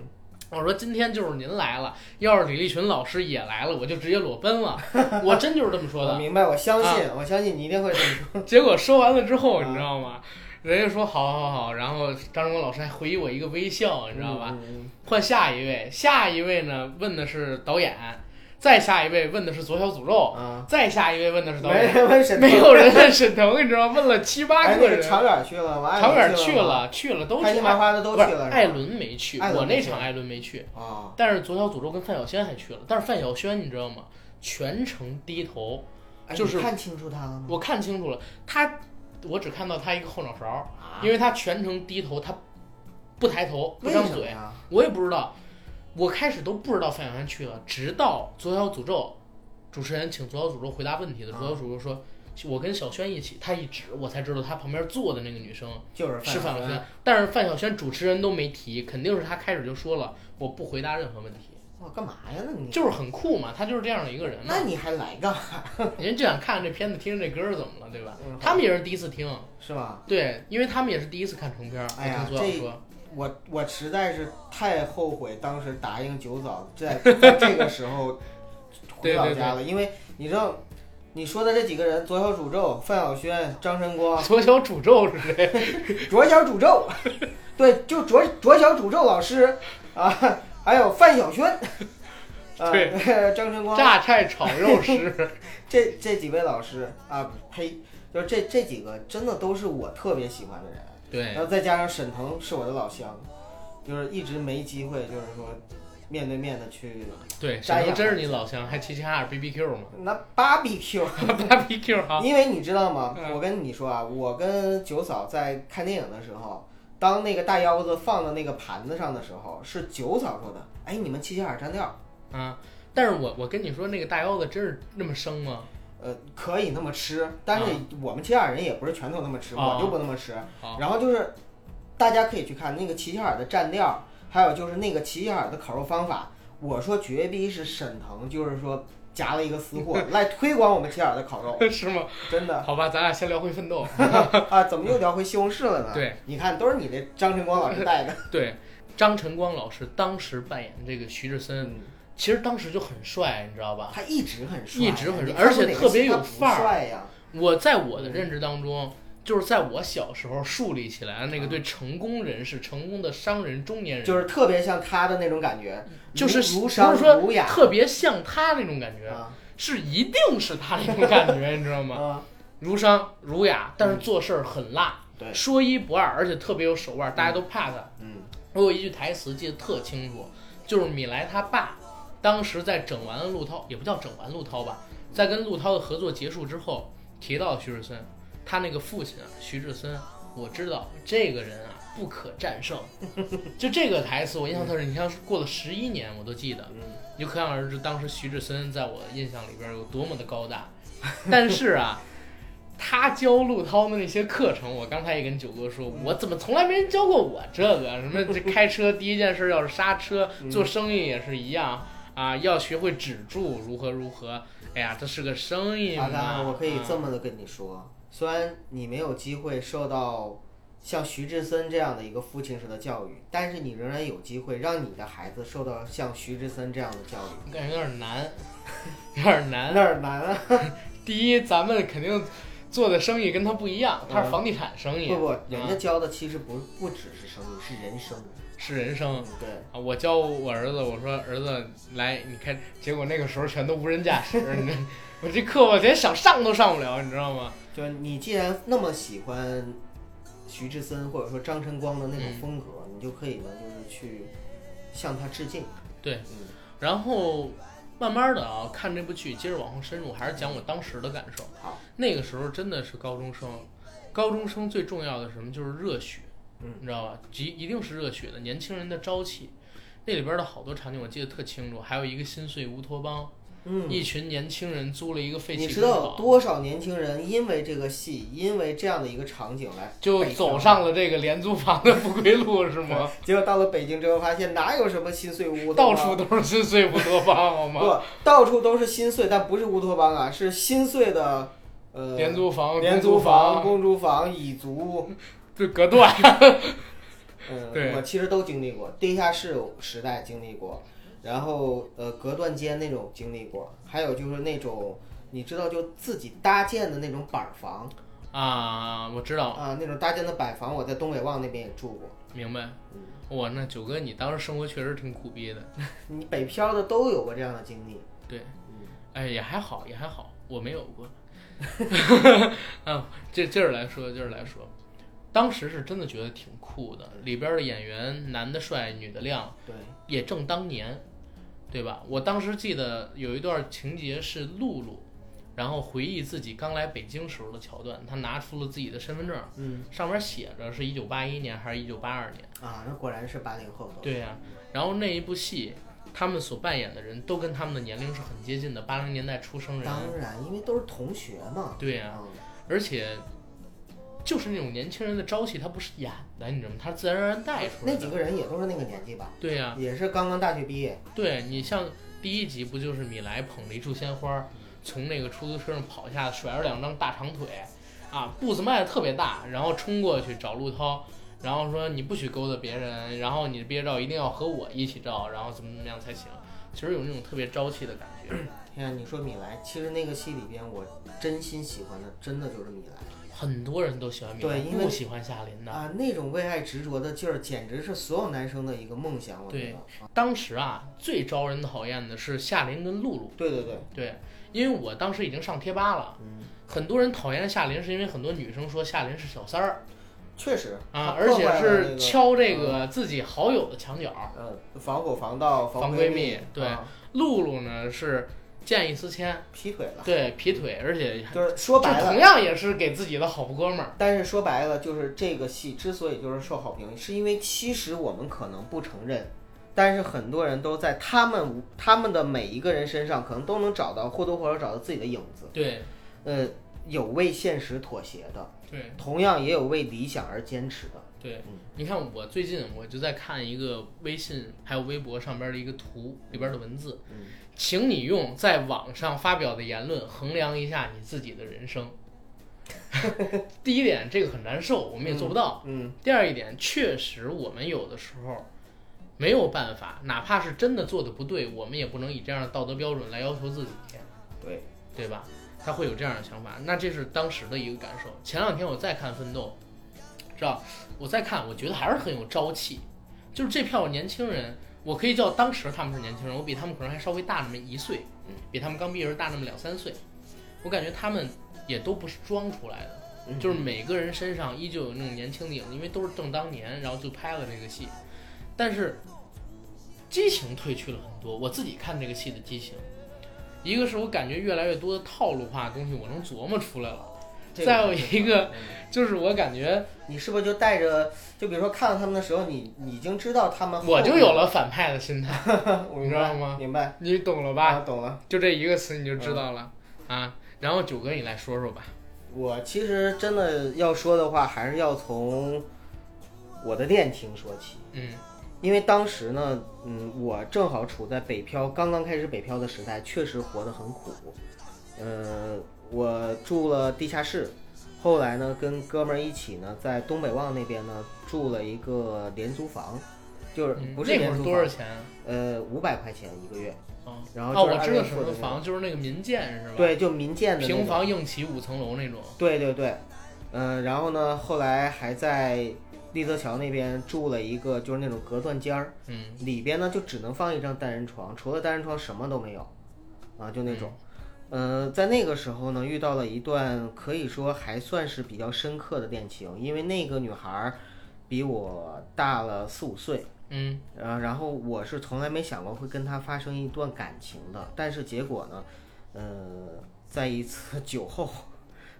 [SPEAKER 1] 我说今天就是您来了，要是李立群老师也来了，我就直接裸奔了， 我真就是这么说
[SPEAKER 2] 我
[SPEAKER 1] 的。 啊
[SPEAKER 2] 明白，我相信，我相信你一定会这么说。
[SPEAKER 1] 结果说完了之后，
[SPEAKER 2] 啊
[SPEAKER 1] 你知道吗？人家说好好好，然后张晨光老师还回我一个微笑， 你知道吧？
[SPEAKER 2] 嗯？嗯
[SPEAKER 1] 换下一位，下一位呢问的是导演，再下一位问的是左小诅咒，
[SPEAKER 2] 啊，
[SPEAKER 1] 再下一位问的哦是导
[SPEAKER 2] 没
[SPEAKER 1] 演，
[SPEAKER 2] 人问沈腾
[SPEAKER 1] 没有人问沈腾，你知道吗？问了七八
[SPEAKER 2] 哎，
[SPEAKER 1] 个
[SPEAKER 2] 那个
[SPEAKER 1] 人，
[SPEAKER 2] 长远去了，王爱
[SPEAKER 1] 长远
[SPEAKER 2] 伦
[SPEAKER 1] 去
[SPEAKER 2] 去了吗，
[SPEAKER 1] 了，去了都
[SPEAKER 2] 开
[SPEAKER 1] 去
[SPEAKER 2] 心麻
[SPEAKER 1] 了，
[SPEAKER 2] 花的都去
[SPEAKER 1] 不是
[SPEAKER 2] 了。
[SPEAKER 1] 艾伦没去，
[SPEAKER 2] 艾伦
[SPEAKER 1] 我那
[SPEAKER 2] 没去
[SPEAKER 1] 场艾伦没去，
[SPEAKER 2] 啊，
[SPEAKER 1] 但是左小诅咒跟范晓萱还去了，但是范晓萱你知道吗？全程低头，
[SPEAKER 2] 哎
[SPEAKER 1] 就是
[SPEAKER 2] 你看清楚他了吗？
[SPEAKER 1] 我看清楚了，她，我只看到她一个后脑勺，
[SPEAKER 2] 啊
[SPEAKER 1] 因为她全程低头，她不抬头，不
[SPEAKER 2] 为
[SPEAKER 1] 张
[SPEAKER 2] 什么
[SPEAKER 1] 嘴，
[SPEAKER 2] 呀？
[SPEAKER 1] 我也不知道，我开始都不知道范晓萱去了，直到《左小诅咒》主持人请《左小诅咒》回答问题的时候，左
[SPEAKER 2] 啊
[SPEAKER 1] 小诅咒说：“我跟小轩一起。”他一指，我才知道他旁边坐的那个女生
[SPEAKER 2] 就是
[SPEAKER 1] 是范晓
[SPEAKER 2] 晓
[SPEAKER 1] 萱。但是范晓萱主持人都没提，肯定是他开始就说了：“我不回答任何问题。”
[SPEAKER 2] 我干嘛呀？那你
[SPEAKER 1] 就是很酷嘛，他就是这样的一个人嘛。
[SPEAKER 2] 那你还来干嘛？
[SPEAKER 1] 人就想看这片子，听听这歌儿怎么了，对吧
[SPEAKER 2] 嗯？
[SPEAKER 1] 他们也是第一次听，
[SPEAKER 2] 是吧？
[SPEAKER 1] 对，因为他们也是第一次看成片儿。
[SPEAKER 2] 哎呀
[SPEAKER 1] 我听左小说，
[SPEAKER 2] 我我实在是太后悔当时答应九嫂在在这个 时候回老家了，因为你知道你说的这几个人：左小诅咒、范晓萱、张晨光、
[SPEAKER 1] 左小诅咒是谁？
[SPEAKER 2] 左小诅 咒，对，就左左小诅咒老师啊，还有范 晓萱，啊，张晨光，
[SPEAKER 1] 榨菜炒肉 师。
[SPEAKER 2] 这这几位老师啊，呸，就是这这几个真的都是我特别喜欢的人。
[SPEAKER 1] 对
[SPEAKER 2] 然后再加上沈腾是我的老乡，就是一直没机会，就是说面对面的去
[SPEAKER 1] 对，
[SPEAKER 2] 扎
[SPEAKER 1] 沈腾
[SPEAKER 2] 眼
[SPEAKER 1] 真是你老乡，还齐齐哈尔 B B Q 嘛
[SPEAKER 2] 那 barbecue。
[SPEAKER 1] ，B B Q 哈。
[SPEAKER 2] 因为你知道吗？
[SPEAKER 1] 嗯
[SPEAKER 2] 我跟你说啊，我跟九嫂在看电影的时候，当那个大腰子放到那个盘子上的时候，是九嫂说的：“哎，你们齐齐哈尔蘸料，
[SPEAKER 1] 啊，但是我我跟你说，那个大腰子真是那么生吗？
[SPEAKER 2] 呃，可以那么吃，但
[SPEAKER 1] 啊
[SPEAKER 2] 是我们齐齐哈尔人也不是全都那么吃，
[SPEAKER 1] 哦
[SPEAKER 2] 我就不那么吃。
[SPEAKER 1] 哦
[SPEAKER 2] 然后就是大家可以去看那个齐齐哈尔的蘸料，还有就是那个齐齐哈尔的烤肉方法。我说绝逼是沈腾，就是说夹了一个私 货来推广我们齐齐哈尔的烤肉，
[SPEAKER 1] 是吗？
[SPEAKER 2] 真的
[SPEAKER 1] 好吧，咱俩先聊回奋斗。
[SPEAKER 2] 啊！怎么又聊回西红柿了呢？
[SPEAKER 1] 对，
[SPEAKER 2] 你看都是你的张晨光老师带 的。
[SPEAKER 1] 对，张晨光老师当时扮演这个徐志森，
[SPEAKER 2] 嗯，
[SPEAKER 1] 其实当时就很帅，你知道吧？
[SPEAKER 2] 他一直很帅，
[SPEAKER 1] 一直很帅
[SPEAKER 2] 你看过
[SPEAKER 1] 而且
[SPEAKER 2] 哪个
[SPEAKER 1] 特别
[SPEAKER 2] 戏他
[SPEAKER 1] 有
[SPEAKER 2] 不
[SPEAKER 1] 范儿
[SPEAKER 2] 帅呀，
[SPEAKER 1] 我在我
[SPEAKER 2] 嗯
[SPEAKER 1] 的认知当中，就是在我小时候树立起来的那个对成功人士、成功的商人、中年人，
[SPEAKER 2] 嗯 就是特别像他的那种感觉，
[SPEAKER 1] 嗯就是
[SPEAKER 2] 儒儒
[SPEAKER 1] 不是
[SPEAKER 2] 商
[SPEAKER 1] 说
[SPEAKER 2] 儒雅
[SPEAKER 1] 特别像他那种感觉，
[SPEAKER 2] 啊
[SPEAKER 1] 是一定是他那种感觉，你知道吗？
[SPEAKER 2] 啊，
[SPEAKER 1] 儒商、儒雅，但是做事儿很辣，
[SPEAKER 2] 嗯对，
[SPEAKER 1] 说一不二，而且特别有手腕，大家都怕他。
[SPEAKER 2] 嗯
[SPEAKER 1] 我有一句台词记得特清楚，就是米莱他爸当时在整完了陆涛，也不叫整完陆涛吧，在跟陆涛的合作结束之后，提到徐志森，他那个父亲啊，徐志森，我知道这个人啊不可战 胜，就这个台词我印象特深，你像是过了十一年我都记得，
[SPEAKER 2] 嗯，
[SPEAKER 1] 你就可想而知当时徐志森在我印象里边有多么的高 大，但是啊。他教陆涛的那些课程，我刚才也跟九哥说，我怎么从来没人教过我这个？什么这开车第一件事要是刹车，
[SPEAKER 2] 嗯
[SPEAKER 1] 做生意也是一样啊，要学会止住，如何如何？哎呀，这是个生意
[SPEAKER 2] 阿
[SPEAKER 1] 嘛。
[SPEAKER 2] 甘，我可以这
[SPEAKER 1] 啊
[SPEAKER 2] 么的跟你说，虽然你没有机会受到像徐志森这样的一个父亲式的教育，但是你仍然有机会让你的孩子受到像徐志森这样的教育。
[SPEAKER 1] 感觉有点难，有点难。
[SPEAKER 2] 哪儿难啊？
[SPEAKER 1] 第一，咱们肯定做的生意跟他不一样，他是房地产生意，
[SPEAKER 2] 嗯不不，人
[SPEAKER 1] 啊
[SPEAKER 2] 家教的其实不不只是生意，是人生。
[SPEAKER 1] 是人生。
[SPEAKER 2] 嗯，对，
[SPEAKER 1] 啊！我教我儿子，我说儿子来，你开，结果那个时候全都无人驾驶，你知道 我这课我连想上都上不了，你知道吗？
[SPEAKER 2] 就是你既然那么喜欢徐志森或者说张晨光的那种
[SPEAKER 1] 嗯
[SPEAKER 2] 风格，你就可以呢，就是去向他致敬。
[SPEAKER 1] 对
[SPEAKER 2] 嗯，
[SPEAKER 1] 然后慢慢的啊，看这部剧，接着往后深入，还是讲我当时的感受。
[SPEAKER 2] 好，
[SPEAKER 1] 那个时候真的是高中生，高中生最重要的是什么就是热血，
[SPEAKER 2] 嗯
[SPEAKER 1] 你知道吧？一一定是热血的，年轻人的朝气。那里边的好多场景我记得特清楚，还有一个心碎乌托邦，
[SPEAKER 2] 嗯，
[SPEAKER 1] 一群年轻人租了一个废弃
[SPEAKER 2] 你知
[SPEAKER 1] 城
[SPEAKER 2] 道有
[SPEAKER 1] 堡，
[SPEAKER 2] 多少年轻人因为这个戏，因为这样的一个场景来
[SPEAKER 1] 就
[SPEAKER 2] 北
[SPEAKER 1] 走
[SPEAKER 2] 漂
[SPEAKER 1] 上了这个廉租房的不归路，是吗？
[SPEAKER 2] 结果到了北京之后，发现哪有什么新碎乌托
[SPEAKER 1] 到
[SPEAKER 2] 邦，
[SPEAKER 1] 处都是心碎乌托邦，好吗？
[SPEAKER 2] 不，到处都是新碎，但不是乌托邦啊，是新碎的，呃，
[SPEAKER 1] 廉租房、
[SPEAKER 2] 廉
[SPEAKER 1] 租
[SPEAKER 2] 租房、公租房、蚁族，
[SPEAKER 1] 对隔断，
[SPEAKER 2] 嗯、
[SPEAKER 1] 对
[SPEAKER 2] 我其实都经历过，地下室时代经历过，然后呃隔断间那种经历过，还有就是那种你知道就自己搭建的那种板房
[SPEAKER 1] 啊，我知道，
[SPEAKER 2] 啊，那种搭建的板房，我在东北旺那边也住过。
[SPEAKER 1] 明白
[SPEAKER 2] 嗯。
[SPEAKER 1] 哇，那九哥，你当时生活确实挺苦逼的。
[SPEAKER 2] 你北漂的都有过这样的经历，
[SPEAKER 1] 对，
[SPEAKER 2] 嗯
[SPEAKER 1] 哎，也还好，也还好，我没有 过。啊，这这儿来说，这儿来说，当时是真的觉得挺酷的，里边的演员男的帅，女的靓，
[SPEAKER 2] 对，
[SPEAKER 1] 也正当年，对吧？我当时记得有一段情节是露露，然后回忆自己刚来北京时候的桥段，她拿出了自己的身份证，
[SPEAKER 2] 嗯
[SPEAKER 1] 上面写着是一九八一年还是一九八二年。
[SPEAKER 2] 啊，那果然是八零后的。
[SPEAKER 1] 对呀、然后那一部戏，他们所扮演的人都跟他们的年龄是很接近的，八零年代出生人。啊
[SPEAKER 2] 嗯当然，因为都是同学嘛。
[SPEAKER 1] 对呀、
[SPEAKER 2] 嗯
[SPEAKER 1] 而且就是那种年轻人的朝气，他不是演的，你知道吗？他自然而然带出来的。
[SPEAKER 2] 那几个人也都是那个年纪吧，
[SPEAKER 1] 对呀、
[SPEAKER 2] 也是刚刚大学毕业，
[SPEAKER 1] 对你像第一集不就是米莱捧着一束鲜花，
[SPEAKER 2] 嗯
[SPEAKER 1] 从那个出租车上跑下，甩着两张大长腿，啊，步子迈的特别大，然后冲过去找陆涛，然后说你不许勾搭别人，然后你的毕业照一定要和我一起照，然后怎么怎么样才行。其实有那种特别朝气的感觉。
[SPEAKER 2] 天啊，你说米莱，其实那个戏里边我真心喜欢的，真的就是米莱
[SPEAKER 1] 很多人都喜欢米兰，
[SPEAKER 2] 对因为
[SPEAKER 1] 不喜欢夏琳的。
[SPEAKER 2] 啊，那种为爱执着的劲儿，简直是所有男生的一个梦想，我觉得。啊
[SPEAKER 1] 当时啊，最招人讨厌的是夏琳跟露露，
[SPEAKER 2] 对对对，
[SPEAKER 1] 对，因为我当时已经上贴吧了，
[SPEAKER 2] 嗯，
[SPEAKER 1] 很多人讨厌夏琳是因为很多女生说夏琳是小三儿
[SPEAKER 2] 确实
[SPEAKER 1] 啊，
[SPEAKER 2] 它
[SPEAKER 1] 而
[SPEAKER 2] 破
[SPEAKER 1] 且
[SPEAKER 2] 坏了那
[SPEAKER 1] 是
[SPEAKER 2] 个
[SPEAKER 1] 敲这个自己好友的墙角。
[SPEAKER 2] 嗯，防火防盗
[SPEAKER 1] 防
[SPEAKER 2] 闺
[SPEAKER 1] 闺蜜对
[SPEAKER 2] 啊
[SPEAKER 1] 露露呢是见异思迁，
[SPEAKER 2] 劈腿 了，
[SPEAKER 1] 对劈腿，而且
[SPEAKER 2] 就是说白
[SPEAKER 1] 这同
[SPEAKER 2] 了。
[SPEAKER 1] 样也是给自己的好哥们儿。
[SPEAKER 2] 但是说白了，就是这个戏之所以就是受好评，是因为其实我们可能不承认，但是很多人都在他们无他们的每一个人身上，可能都能找到或多或少找到自己的影子。
[SPEAKER 1] 对
[SPEAKER 2] 呃，有为现实妥协的，
[SPEAKER 1] 对
[SPEAKER 2] 同样也有为理想而坚持的。
[SPEAKER 1] 对，你看我最近我就在看一个微信还有微博上边的一个图里边的文字，
[SPEAKER 2] 嗯
[SPEAKER 1] 请你用在网上发表的言论衡量一下你自己的人生。 第一点，这个很难受，我们也做不到。
[SPEAKER 2] 嗯，
[SPEAKER 1] 第二一点，确实我们有的时候没有办法，哪怕是真的做的不对，我们也不能以这样的道德标准来要求自己，
[SPEAKER 2] 对，
[SPEAKER 1] 对吧？他会有这样的想法，那这是当时的一个感受。前两天我再看《奋斗》，知道我再看，我觉得还是很有朝气。就是这票年轻人，我可以叫当时他们是年轻人，我比他们可能还稍微大那么一岁，嗯比他们刚毕业时大那么两三岁。我感觉他们也都不是装出来的，
[SPEAKER 2] 嗯
[SPEAKER 1] 就是每个人身上依旧有那种年轻的影子，因为都是正当年，然后就拍了这个戏，但是激情褪去了很多。我自己看这个戏的激情，一个是我感觉越来越多的套路化的东西我能琢磨出来了，
[SPEAKER 2] 这
[SPEAKER 1] 再有
[SPEAKER 2] 是
[SPEAKER 1] 一
[SPEAKER 2] 真
[SPEAKER 1] 个
[SPEAKER 2] 的嗯
[SPEAKER 1] 就是我感觉
[SPEAKER 2] 你是不是就带着，就比如说看到他们的时候，你你已经知道他们后
[SPEAKER 1] 我就
[SPEAKER 2] 面
[SPEAKER 1] 有，了反派的心态，
[SPEAKER 2] 我
[SPEAKER 1] 你
[SPEAKER 2] 明
[SPEAKER 1] 知
[SPEAKER 2] 白
[SPEAKER 1] 道吗？
[SPEAKER 2] 明白，
[SPEAKER 1] 你懂了
[SPEAKER 2] 啊，嗯
[SPEAKER 1] 吧？
[SPEAKER 2] 懂了。
[SPEAKER 1] 就这一个词你就知道了、啊。然后九哥，你来说说吧。
[SPEAKER 2] 我其实真的要说的话，还是要从我的恋情说起，
[SPEAKER 1] 嗯
[SPEAKER 2] 因为当时呢，嗯，我正好处在北漂刚刚开始北漂的时代，确实活得很苦。呃，我住了地下室，后来呢，跟哥们儿一起呢，在东北旺那边呢住了一个廉租房，就是
[SPEAKER 1] 嗯
[SPEAKER 2] 不是
[SPEAKER 1] 那会
[SPEAKER 2] 廉
[SPEAKER 1] 儿
[SPEAKER 2] 租
[SPEAKER 1] 多少
[SPEAKER 2] 房，
[SPEAKER 1] 钱啊？
[SPEAKER 2] 呃，五百块钱一个月。
[SPEAKER 1] 啊
[SPEAKER 2] 然
[SPEAKER 1] 哦，
[SPEAKER 2] 后就是
[SPEAKER 1] 我
[SPEAKER 2] 按
[SPEAKER 1] 知
[SPEAKER 2] 月
[SPEAKER 1] 道什
[SPEAKER 2] 付的
[SPEAKER 1] 么
[SPEAKER 2] 那种，
[SPEAKER 1] 房，就是那个民建是吧？
[SPEAKER 2] 对，就民建的那
[SPEAKER 1] 平
[SPEAKER 2] 种
[SPEAKER 1] 房硬起五层楼那种。
[SPEAKER 2] 对对对，嗯、然后呢，后来还在丽泽桥那边住了一个就是那种隔断间儿，
[SPEAKER 1] 嗯，
[SPEAKER 2] 里边呢就只能放一张单人床，除了单人床什么都没有，啊，就那种。呃，在那个时候呢，遇到了一段可以说还算是比较深刻的恋情，因为那个女孩儿比我大了四五岁，
[SPEAKER 1] 嗯，
[SPEAKER 2] 呃，然后我是从来没想过会跟她发生一段感情的，但是结果呢，呃，在一次 酒后，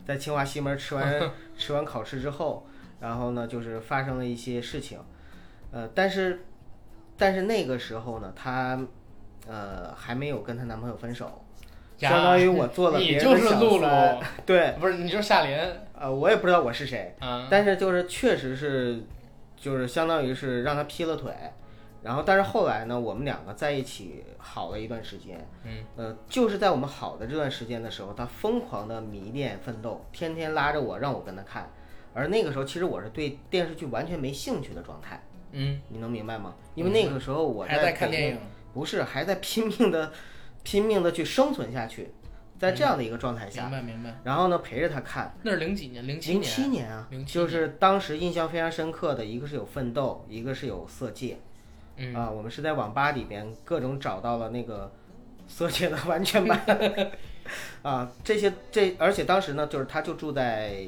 [SPEAKER 2] 在清华西门 吃完吃完烤翅之后，然后呢，就是发生了一些事情，呃，但是但是那个时候呢，她呃还没有跟她男朋友分手，
[SPEAKER 1] 呀
[SPEAKER 2] 相当于我做了别
[SPEAKER 1] 你
[SPEAKER 2] 人
[SPEAKER 1] 就
[SPEAKER 2] 的
[SPEAKER 1] 是
[SPEAKER 2] 小
[SPEAKER 1] 露露，
[SPEAKER 2] 三，对，
[SPEAKER 1] 不是你就是夏琳
[SPEAKER 2] 呃，我也不知道我是谁，
[SPEAKER 1] 啊？
[SPEAKER 2] 但是就是确实是，就是相当于是让他劈了腿，然后但是后来呢，我们两个在一起好了一段时间，
[SPEAKER 1] 嗯，
[SPEAKER 2] 呃，就是在我们好的这段时间的时候，他疯狂的迷恋奋斗，天天拉着我让我跟他看，而那个时候其实我是对电视剧完全没兴趣的状态，
[SPEAKER 1] 嗯，
[SPEAKER 2] 你能明白吗？因为那个时候我
[SPEAKER 1] 还
[SPEAKER 2] 在
[SPEAKER 1] 看
[SPEAKER 2] 北
[SPEAKER 1] 电
[SPEAKER 2] 京
[SPEAKER 1] 影，
[SPEAKER 2] 不是还在拼命的拼命的去生存下去，在
[SPEAKER 1] 嗯
[SPEAKER 2] 这样的一个状态下，
[SPEAKER 1] 明白明白。
[SPEAKER 2] 然后呢陪着他看。
[SPEAKER 1] 那是零几年，零七
[SPEAKER 2] 零七
[SPEAKER 1] 年，
[SPEAKER 2] 年啊
[SPEAKER 1] 07，
[SPEAKER 2] 就是当时印象非常深刻的一个是有奋斗，一个是有色戒、
[SPEAKER 1] 嗯，
[SPEAKER 2] 啊。我们是在网吧里边各种找到了那个 色戒的完全版啊。这些这而且当时呢，就是他就住在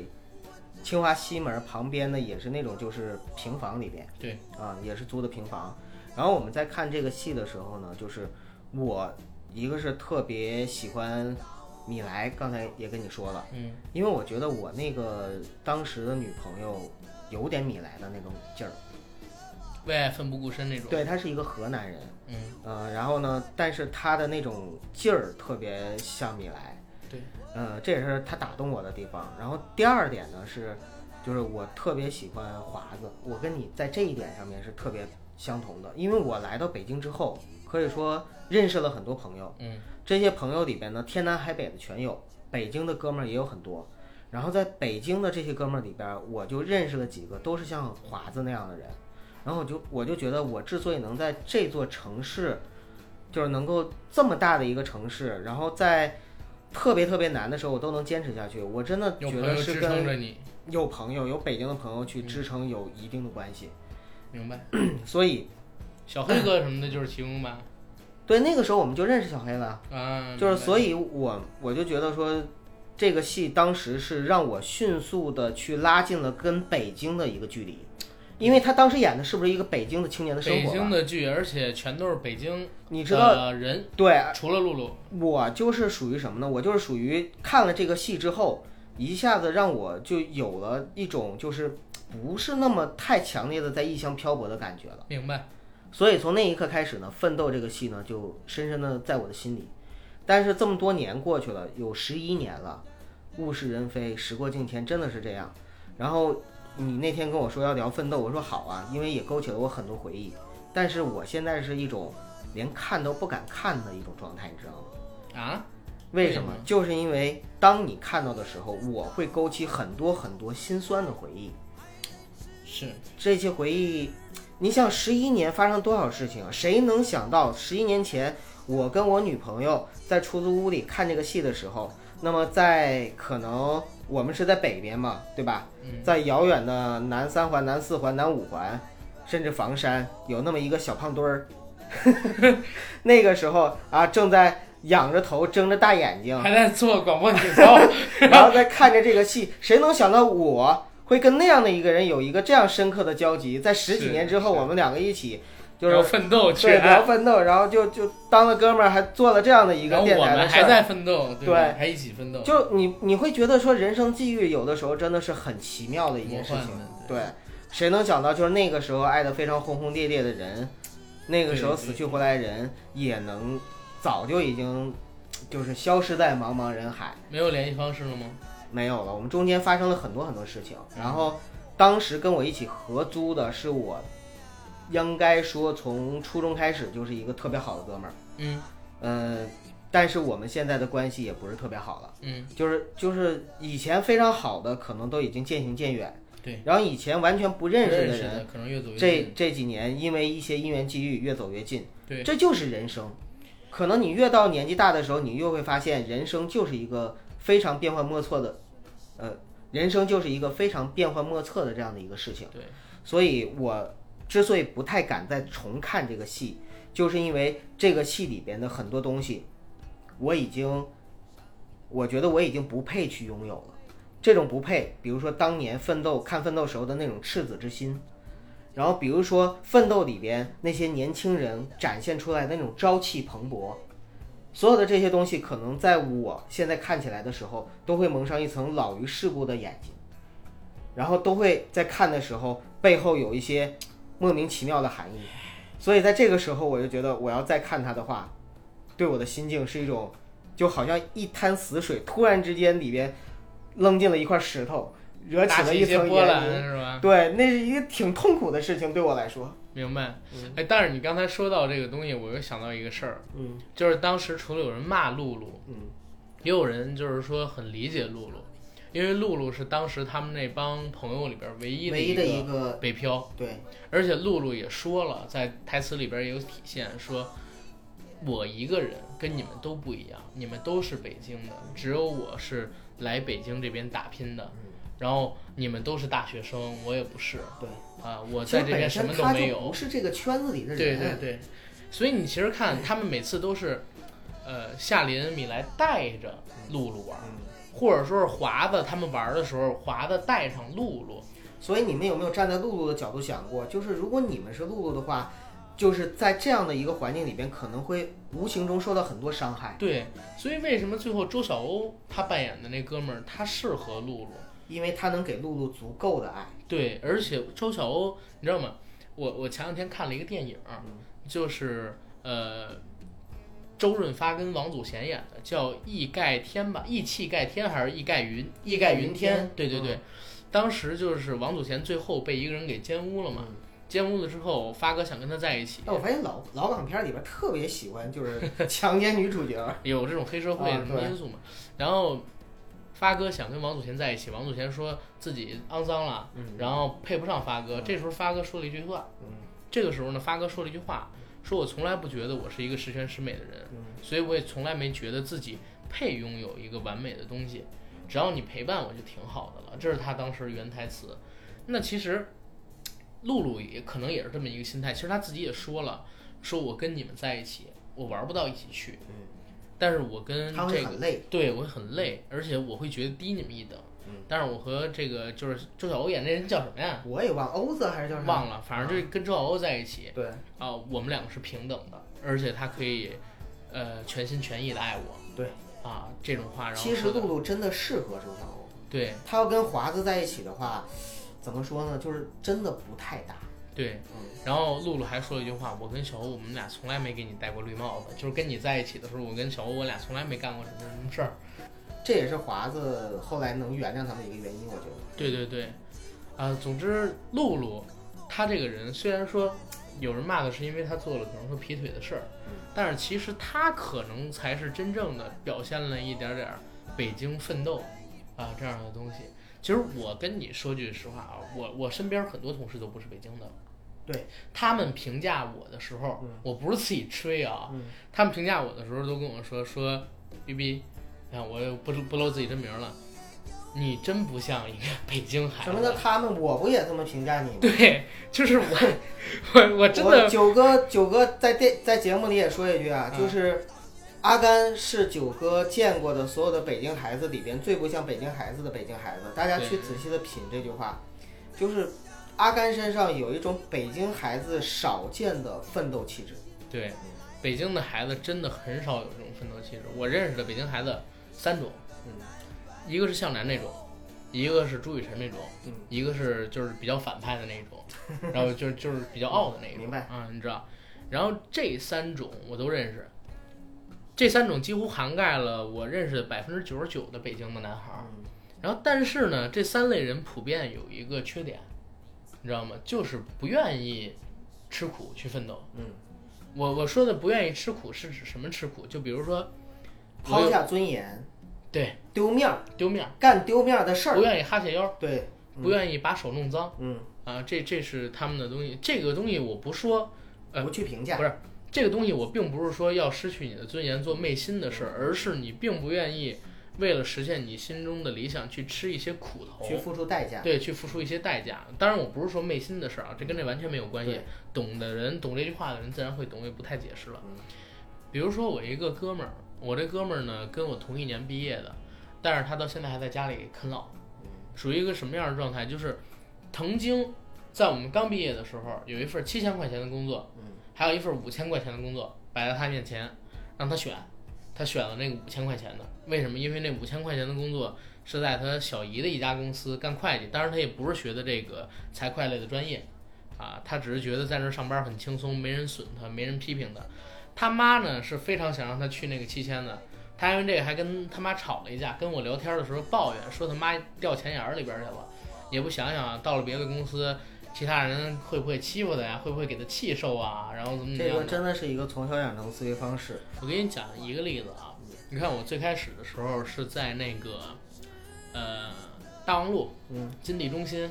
[SPEAKER 2] 清华西门旁边呢，也是那种就是平房里边，
[SPEAKER 1] 对
[SPEAKER 2] 啊，也是租的平房。然后我们在看这个戏的时候呢，就是我一个是特别喜欢米莱，刚才也跟你说了。
[SPEAKER 1] 嗯，
[SPEAKER 2] 因为我觉得我那个当时的女朋友有点米莱的那种劲儿，
[SPEAKER 1] 为爱奋不顾身那种。
[SPEAKER 2] 对，她是一个河南人，
[SPEAKER 1] 嗯，
[SPEAKER 2] 呃，然后呢，但是她的那种劲儿特别像米莱，
[SPEAKER 1] 对，
[SPEAKER 2] 呃，这也是她打动我的地方。然后第二点呢是，就是我特别喜欢华子，我跟你在这一点上面是特别相同的，因为我来到北京之后，可以说认识了很多朋友，
[SPEAKER 1] 嗯，
[SPEAKER 2] 这些朋友里边呢，天南海北的全有，北京的哥们儿也有很多。然后在北京的这些哥们儿里边，我就认识了几个，都是像华子那样的人。然后我就我就觉得，我之所以能在这座城市，就是能够这么大的一个城市，然后在特别特别难的时候，我都能坚持下去。我真的
[SPEAKER 1] 有
[SPEAKER 2] 觉
[SPEAKER 1] 朋友
[SPEAKER 2] 得
[SPEAKER 1] 支
[SPEAKER 2] 是
[SPEAKER 1] 撑
[SPEAKER 2] 跟
[SPEAKER 1] 着你，嗯
[SPEAKER 2] 有朋友、有北京的朋友去支撑有一定的关系。
[SPEAKER 1] 明白？
[SPEAKER 2] 所以
[SPEAKER 1] 小黑哥什么的，就是其中吧。
[SPEAKER 2] 对那个时候我们就认识小黑了。
[SPEAKER 1] 啊，
[SPEAKER 2] 就是
[SPEAKER 1] 明白
[SPEAKER 2] 所以我我就觉得说，这个戏当时是让我迅速的去拉近了跟北京的一个距离，因为他当时演的是不是一个北京的青年的生
[SPEAKER 1] 北
[SPEAKER 2] 活
[SPEAKER 1] 京
[SPEAKER 2] 吧？
[SPEAKER 1] 的剧，而且全都是北京
[SPEAKER 2] 你知道，
[SPEAKER 1] 的人，
[SPEAKER 2] 对
[SPEAKER 1] 除了露露，
[SPEAKER 2] 我就是属于什么呢？我就是属于看了这个戏之后，一下子让我就有了一种就是不是那么太强烈的在异乡漂泊的感觉了。
[SPEAKER 1] 明白？
[SPEAKER 2] 所以从那一刻开始呢，《奋斗》这个戏呢，就深深的在我的心里。但是这么多年过去了，有十一年了，物是人非，时过境迁，真的是这样。然后你那天跟我说要聊《奋斗》，我说好啊，因为也勾起了我很多回忆。但是我现在是一种连看都不敢看的一种状态，你知道吗？
[SPEAKER 1] 啊，
[SPEAKER 2] 为
[SPEAKER 1] 什
[SPEAKER 2] 什
[SPEAKER 1] 么
[SPEAKER 2] 么？就是因为当你看到的时候，我会勾起很多很多心酸的回忆。
[SPEAKER 1] 是
[SPEAKER 2] 这些回忆，你想十一年发生多少事情啊？谁能想到十一年前我跟我女朋友在出租屋里看这个戏的时候，那么在可能我们是在北边嘛，对吧？
[SPEAKER 1] 嗯
[SPEAKER 2] 在遥远的南三环、南四环、南五环，甚至房山，有那么一个小胖墩儿， 那个时候啊，正在仰着头、睁着大眼睛，
[SPEAKER 1] 还在做广播体操，
[SPEAKER 2] 然后再看着这个戏，谁能想到我会跟那样的一个人有一个这样深刻的交集？在十几
[SPEAKER 1] 是
[SPEAKER 2] 年之后，
[SPEAKER 1] 是
[SPEAKER 2] 我们两个一起就
[SPEAKER 1] 要啊
[SPEAKER 2] 是
[SPEAKER 1] 奋斗去
[SPEAKER 2] 对聊
[SPEAKER 1] 爱，
[SPEAKER 2] 奋斗，然后就就当了哥们儿，还做了这样的一
[SPEAKER 1] 然
[SPEAKER 2] 个
[SPEAKER 1] 后
[SPEAKER 2] 电
[SPEAKER 1] 我
[SPEAKER 2] 台
[SPEAKER 1] 们
[SPEAKER 2] 的
[SPEAKER 1] 还
[SPEAKER 2] 事儿。
[SPEAKER 1] 在奋斗，对吧，
[SPEAKER 2] 对
[SPEAKER 1] 还一起奋斗，
[SPEAKER 2] 就你你会觉得说人生际遇有的时候真的是很奇妙的一
[SPEAKER 1] 魔
[SPEAKER 2] 件事
[SPEAKER 1] 幻
[SPEAKER 2] 情。
[SPEAKER 1] 的，
[SPEAKER 2] 对，谁能想到就是那个时候爱得非常轰轰烈烈的人，那个时候死去活来的人也能早就已经就是消失在茫茫人海。
[SPEAKER 1] 没有联系方式了吗？
[SPEAKER 2] 没有了，我们中间发生了很多很多事情。然后当时跟我一起合租的是我，应该说从初中开始就是一个特别好的哥们儿。
[SPEAKER 1] 嗯
[SPEAKER 2] 嗯、但是我们现在的关系也不是特别好了，
[SPEAKER 1] 嗯，
[SPEAKER 2] 就是就是以前非常好的可能都已经渐行渐远。
[SPEAKER 1] 对，
[SPEAKER 2] 然后以前完全不认识
[SPEAKER 1] 认
[SPEAKER 2] 的
[SPEAKER 1] 识
[SPEAKER 2] 人，
[SPEAKER 1] 的可能越走越
[SPEAKER 2] 这
[SPEAKER 1] 近，
[SPEAKER 2] 这几年因为一些因缘际遇越走越近。
[SPEAKER 1] 对，
[SPEAKER 2] 这就是人生。可能你越到年纪大的时候，你越会发现，人生就是一个非常变幻莫测的，呃，人生就是一个非常变幻莫测的这样的一个事情。
[SPEAKER 1] 对，
[SPEAKER 2] 所以我之所以不太敢再重看这个戏，就是因为这个戏里边的很多东西，我已经，我觉得我已经不配去拥有了。这种不配，比如说当年奋斗看奋斗时候的那种赤子之心，然后比如说《奋斗》里边那些年轻人展现出来的那种朝气蓬勃，所有的这些东西，可能在我现在看起来的时候，都会蒙上一层老于世故的眼睛，然后都会在看的时候背后有一些莫名其妙的含义。所以在这个时候，我就觉得我要再看它的话，对我的心境是一种，就好像一滩死水，突然之间里边扔进了一块石头，惹起
[SPEAKER 1] 打
[SPEAKER 2] 了
[SPEAKER 1] 起一些
[SPEAKER 2] 层
[SPEAKER 1] 波
[SPEAKER 2] 涟
[SPEAKER 1] 澜
[SPEAKER 2] 漪。
[SPEAKER 1] 是吧？
[SPEAKER 2] 对，那是一个挺痛苦的事情，对我来说。
[SPEAKER 1] 明白。哎，但是你刚才说到这个东西，我又想到一个事儿，
[SPEAKER 2] 嗯
[SPEAKER 1] 就是当时除了有人骂露露，
[SPEAKER 2] 嗯
[SPEAKER 1] 也有人就是说很理解露露，因为露露是当时他们那帮朋友里边唯一的
[SPEAKER 2] 唯一
[SPEAKER 1] 一
[SPEAKER 2] 的一
[SPEAKER 1] 个
[SPEAKER 2] 个
[SPEAKER 1] 北漂，
[SPEAKER 2] 对，
[SPEAKER 1] 而且露露也说了，在台词里边也有体现，说我一个人跟你们都不一样，你们都是北京的，只有我是来北京这边打拼的，
[SPEAKER 2] 嗯
[SPEAKER 1] 然后你们都是大学生，我也不是，
[SPEAKER 2] 对
[SPEAKER 1] 啊，我
[SPEAKER 2] 其
[SPEAKER 1] 在
[SPEAKER 2] 实
[SPEAKER 1] 这边
[SPEAKER 2] 本
[SPEAKER 1] 什
[SPEAKER 2] 身
[SPEAKER 1] 么都
[SPEAKER 2] 他
[SPEAKER 1] 没
[SPEAKER 2] 就
[SPEAKER 1] 有，
[SPEAKER 2] 不是这个圈子里的人。
[SPEAKER 1] 对对对，所以你其实看他们每次都是，呃，夏琳、米莱带着露露玩，
[SPEAKER 2] 嗯
[SPEAKER 1] 或者说是华子他们玩的时候，华子带上露露，
[SPEAKER 2] 所以你们有没有站在露露的角度想过，就是如果你们是露露的话，就是在这样的一个环境里边，可能会无形中受到很多伤害，
[SPEAKER 1] 对，所以为什么最后周晓鸥他扮演的那哥们儿他适合露露？
[SPEAKER 2] 因为他能给露露足够的爱。
[SPEAKER 1] 对，而且周晓鸥你知道吗？我我前两天看了一个电影，
[SPEAKER 2] 嗯
[SPEAKER 1] 就是呃。周润发跟王祖贤演的叫《义盖天》吧，《义气盖天》还是《义盖云》？《义盖云天》。对对对，当时就是王祖贤最后被一个人给奸污了嘛，奸污了之后，发哥想跟他在一起，
[SPEAKER 2] 但我发现老老港片里边特别喜欢就是 强奸女主角，
[SPEAKER 1] 有这种黑社会
[SPEAKER 2] 啊
[SPEAKER 1] 什么
[SPEAKER 2] 对
[SPEAKER 1] 因素嘛。然后发哥想跟王祖贤在一起，王祖贤说自己肮脏了，
[SPEAKER 2] 嗯
[SPEAKER 1] 然后配不上发哥。
[SPEAKER 2] 嗯
[SPEAKER 1] 这时候发哥说了一句话，
[SPEAKER 2] 嗯
[SPEAKER 1] 这个时候呢，发哥说了一句话，说我从来不觉得我是一个十全十美的人，
[SPEAKER 2] 嗯
[SPEAKER 1] 所以我也从来没觉得自己配拥有一个完美的东西，只要你陪伴我就挺好的了。这是他当时原台词。那其实露露也可能也是这么一个心态，其实他自己也说了，说我跟你们在一起，我玩不到一起去，
[SPEAKER 2] 嗯，
[SPEAKER 1] 但是我跟
[SPEAKER 2] 他
[SPEAKER 1] 这
[SPEAKER 2] 会
[SPEAKER 1] 个
[SPEAKER 2] 很累，
[SPEAKER 1] 对我会很累，而且我会觉得低你们一等。
[SPEAKER 2] 嗯
[SPEAKER 1] 但是我和这个就是周晓鸥演那人叫什么呀？
[SPEAKER 2] 我也忘欧子还是叫啥，
[SPEAKER 1] 忘了，反正就是跟周晓鸥在一起
[SPEAKER 2] 对，
[SPEAKER 1] 啊、我们两个是平等的，而且他可以，呃，全心全意的爱我。
[SPEAKER 2] 对，
[SPEAKER 1] 啊，这种话，然后
[SPEAKER 2] 其实
[SPEAKER 1] 说的
[SPEAKER 2] 露露真的适合周晓鸥，
[SPEAKER 1] 对
[SPEAKER 2] 她要跟华子在一起的话，怎么说呢，就是真的不太搭，
[SPEAKER 1] 对，
[SPEAKER 2] 嗯，
[SPEAKER 1] 然后露露还说了一句话，我跟小欧我们俩从来没给你戴过绿帽子，就是跟你在一起的时候，我跟小欧我俩从来没干过什么什么事儿。
[SPEAKER 2] 这也是华子后来能原谅他们的一个原因，我觉得，
[SPEAKER 1] 对对对，啊、总之露露她这个人虽然说有人骂的是因为她做了可能说劈腿的事儿
[SPEAKER 2] 嗯，
[SPEAKER 1] 但是其实她可能才是真正的表现了一点点儿北京奋斗啊、这样的东西。其实我跟你说句实话啊，我我身边很多同事都不是北京的，
[SPEAKER 2] 对
[SPEAKER 1] 他们评价我的时候，
[SPEAKER 2] 嗯
[SPEAKER 1] 我不是自己吹啊，
[SPEAKER 2] 嗯
[SPEAKER 1] 他们评价我的时候都跟我说说，B B，啊，我又不不露自己真名了，你真不像一个北京孩
[SPEAKER 2] 什么叫
[SPEAKER 1] 子。
[SPEAKER 2] 他们，我不也这么评价你吗？
[SPEAKER 1] 对，就是我，我我真
[SPEAKER 2] 我
[SPEAKER 1] 的
[SPEAKER 2] 九哥，九哥在电在节目里也说一句啊，
[SPEAKER 1] 嗯
[SPEAKER 2] 就是阿甘是九哥见过的所有的北京孩子里边最不像北京孩子的北京孩子。大家
[SPEAKER 1] 对
[SPEAKER 2] 去仔细的品这句话，就是阿甘身上有一种北京孩子少见的奋斗气质。
[SPEAKER 1] 对，北京的孩子真的很少有这种奋斗气质。我认识的北京孩子三种，
[SPEAKER 2] 嗯
[SPEAKER 1] 一个是向南那种，一个是朱雨辰那种，
[SPEAKER 2] 嗯
[SPEAKER 1] 一个是就是比较反派的那种，然后就是就是比较傲的那一种，
[SPEAKER 2] 明白
[SPEAKER 1] 啊，你知道。然后这三种我都认识，这三种几乎涵盖了我认识的百分之九十九的北京的男孩儿。
[SPEAKER 2] 嗯
[SPEAKER 1] 然后，但是呢，这三类人普遍有一个缺点，你知道吗？就是不愿意吃苦去奋斗。
[SPEAKER 2] 嗯，
[SPEAKER 1] 我我说的不愿意吃苦是指什么吃苦？就比如说，我
[SPEAKER 2] 抛
[SPEAKER 1] 有
[SPEAKER 2] 下尊严，
[SPEAKER 1] 对
[SPEAKER 2] 丢面儿，
[SPEAKER 1] 丢面儿，
[SPEAKER 2] 干丢面儿的事
[SPEAKER 1] 不
[SPEAKER 2] 儿。
[SPEAKER 1] 愿意哈欠腰，
[SPEAKER 2] 对，嗯
[SPEAKER 1] 不愿意把手弄脏。
[SPEAKER 2] 嗯，
[SPEAKER 1] 啊，这这是他们的东西。这个东西我不说，呃
[SPEAKER 2] 嗯不去评价
[SPEAKER 1] 不。是这个东西，我并不是说要失去你的尊严做昧心的事儿，而是你并不愿意为了实现你心中的理想去吃一些苦头
[SPEAKER 2] 去，付出代价，
[SPEAKER 1] 对，去付出一些代价。当然，我不是说昧心的事儿啊，这跟这完全没有关系
[SPEAKER 2] 对。
[SPEAKER 1] 懂的人，懂这句话的人自然会懂，我也不太解释了
[SPEAKER 2] 嗯。
[SPEAKER 1] 比如说，我一个哥们儿，我这哥们儿呢跟我同一年毕业的，但是他到现在还在家里给啃老。
[SPEAKER 2] 嗯
[SPEAKER 1] 属于一个什么样的状态？就是曾经在我们刚毕业的时候，有一份七千块钱的工作，
[SPEAKER 2] 嗯
[SPEAKER 1] 还有一份五千块钱的工作摆在他面前，让他选。他选了那个五千块钱的，为什么？因为那五千块钱的工作是在他小姨的一家公司干会计，当然他也不是学的这个财会类的专业，啊，他只是觉得在那儿上班很轻松，没人损他，没人批评他。他妈呢是非常想让他去那个七千的，他因为这个还跟他妈吵了一架，跟我聊天的时候抱怨说他妈掉钱眼儿里边儿去了，也不想想到了别的公司，其他人会不会欺负他呀，会不会给他气受啊，然后怎么怎么
[SPEAKER 2] 这
[SPEAKER 1] 样
[SPEAKER 2] 个
[SPEAKER 1] 的。
[SPEAKER 2] 真的是一个从小养成的思维方式。
[SPEAKER 1] 我给你讲一个例子啊，你看我最开始的时候是在那个，呃，大望路
[SPEAKER 2] 嗯
[SPEAKER 1] 金地中心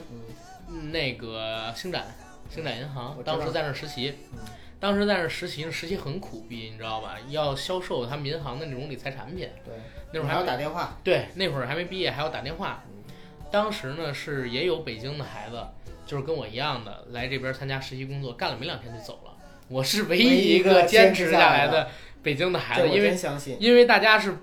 [SPEAKER 2] 嗯
[SPEAKER 1] 那个星展星展银行
[SPEAKER 2] 我，知道
[SPEAKER 1] 当时在那儿实习，
[SPEAKER 2] 嗯
[SPEAKER 1] 当时在那儿实习，实习很苦逼，你知道吧？要销售他们银行的那种理财产品，
[SPEAKER 2] 对，
[SPEAKER 1] 那会儿还
[SPEAKER 2] 还要
[SPEAKER 1] 没
[SPEAKER 2] 打电话。
[SPEAKER 1] 对，那会儿还没毕业，还要打电话
[SPEAKER 2] 嗯。
[SPEAKER 1] 当时呢是也有北京的孩子，就是跟我一样的来这边参加实习工作，干了没两天就走了。我是唯
[SPEAKER 2] 唯
[SPEAKER 1] 一
[SPEAKER 2] 一
[SPEAKER 1] 一
[SPEAKER 2] 一个
[SPEAKER 1] 个坚
[SPEAKER 2] 坚
[SPEAKER 1] 持
[SPEAKER 2] 持
[SPEAKER 1] 下
[SPEAKER 2] 下来
[SPEAKER 1] 来
[SPEAKER 2] 的
[SPEAKER 1] 的北京的孩
[SPEAKER 2] 这
[SPEAKER 1] 子，
[SPEAKER 2] 我
[SPEAKER 1] 因为
[SPEAKER 2] 真相信。
[SPEAKER 1] 因为大家是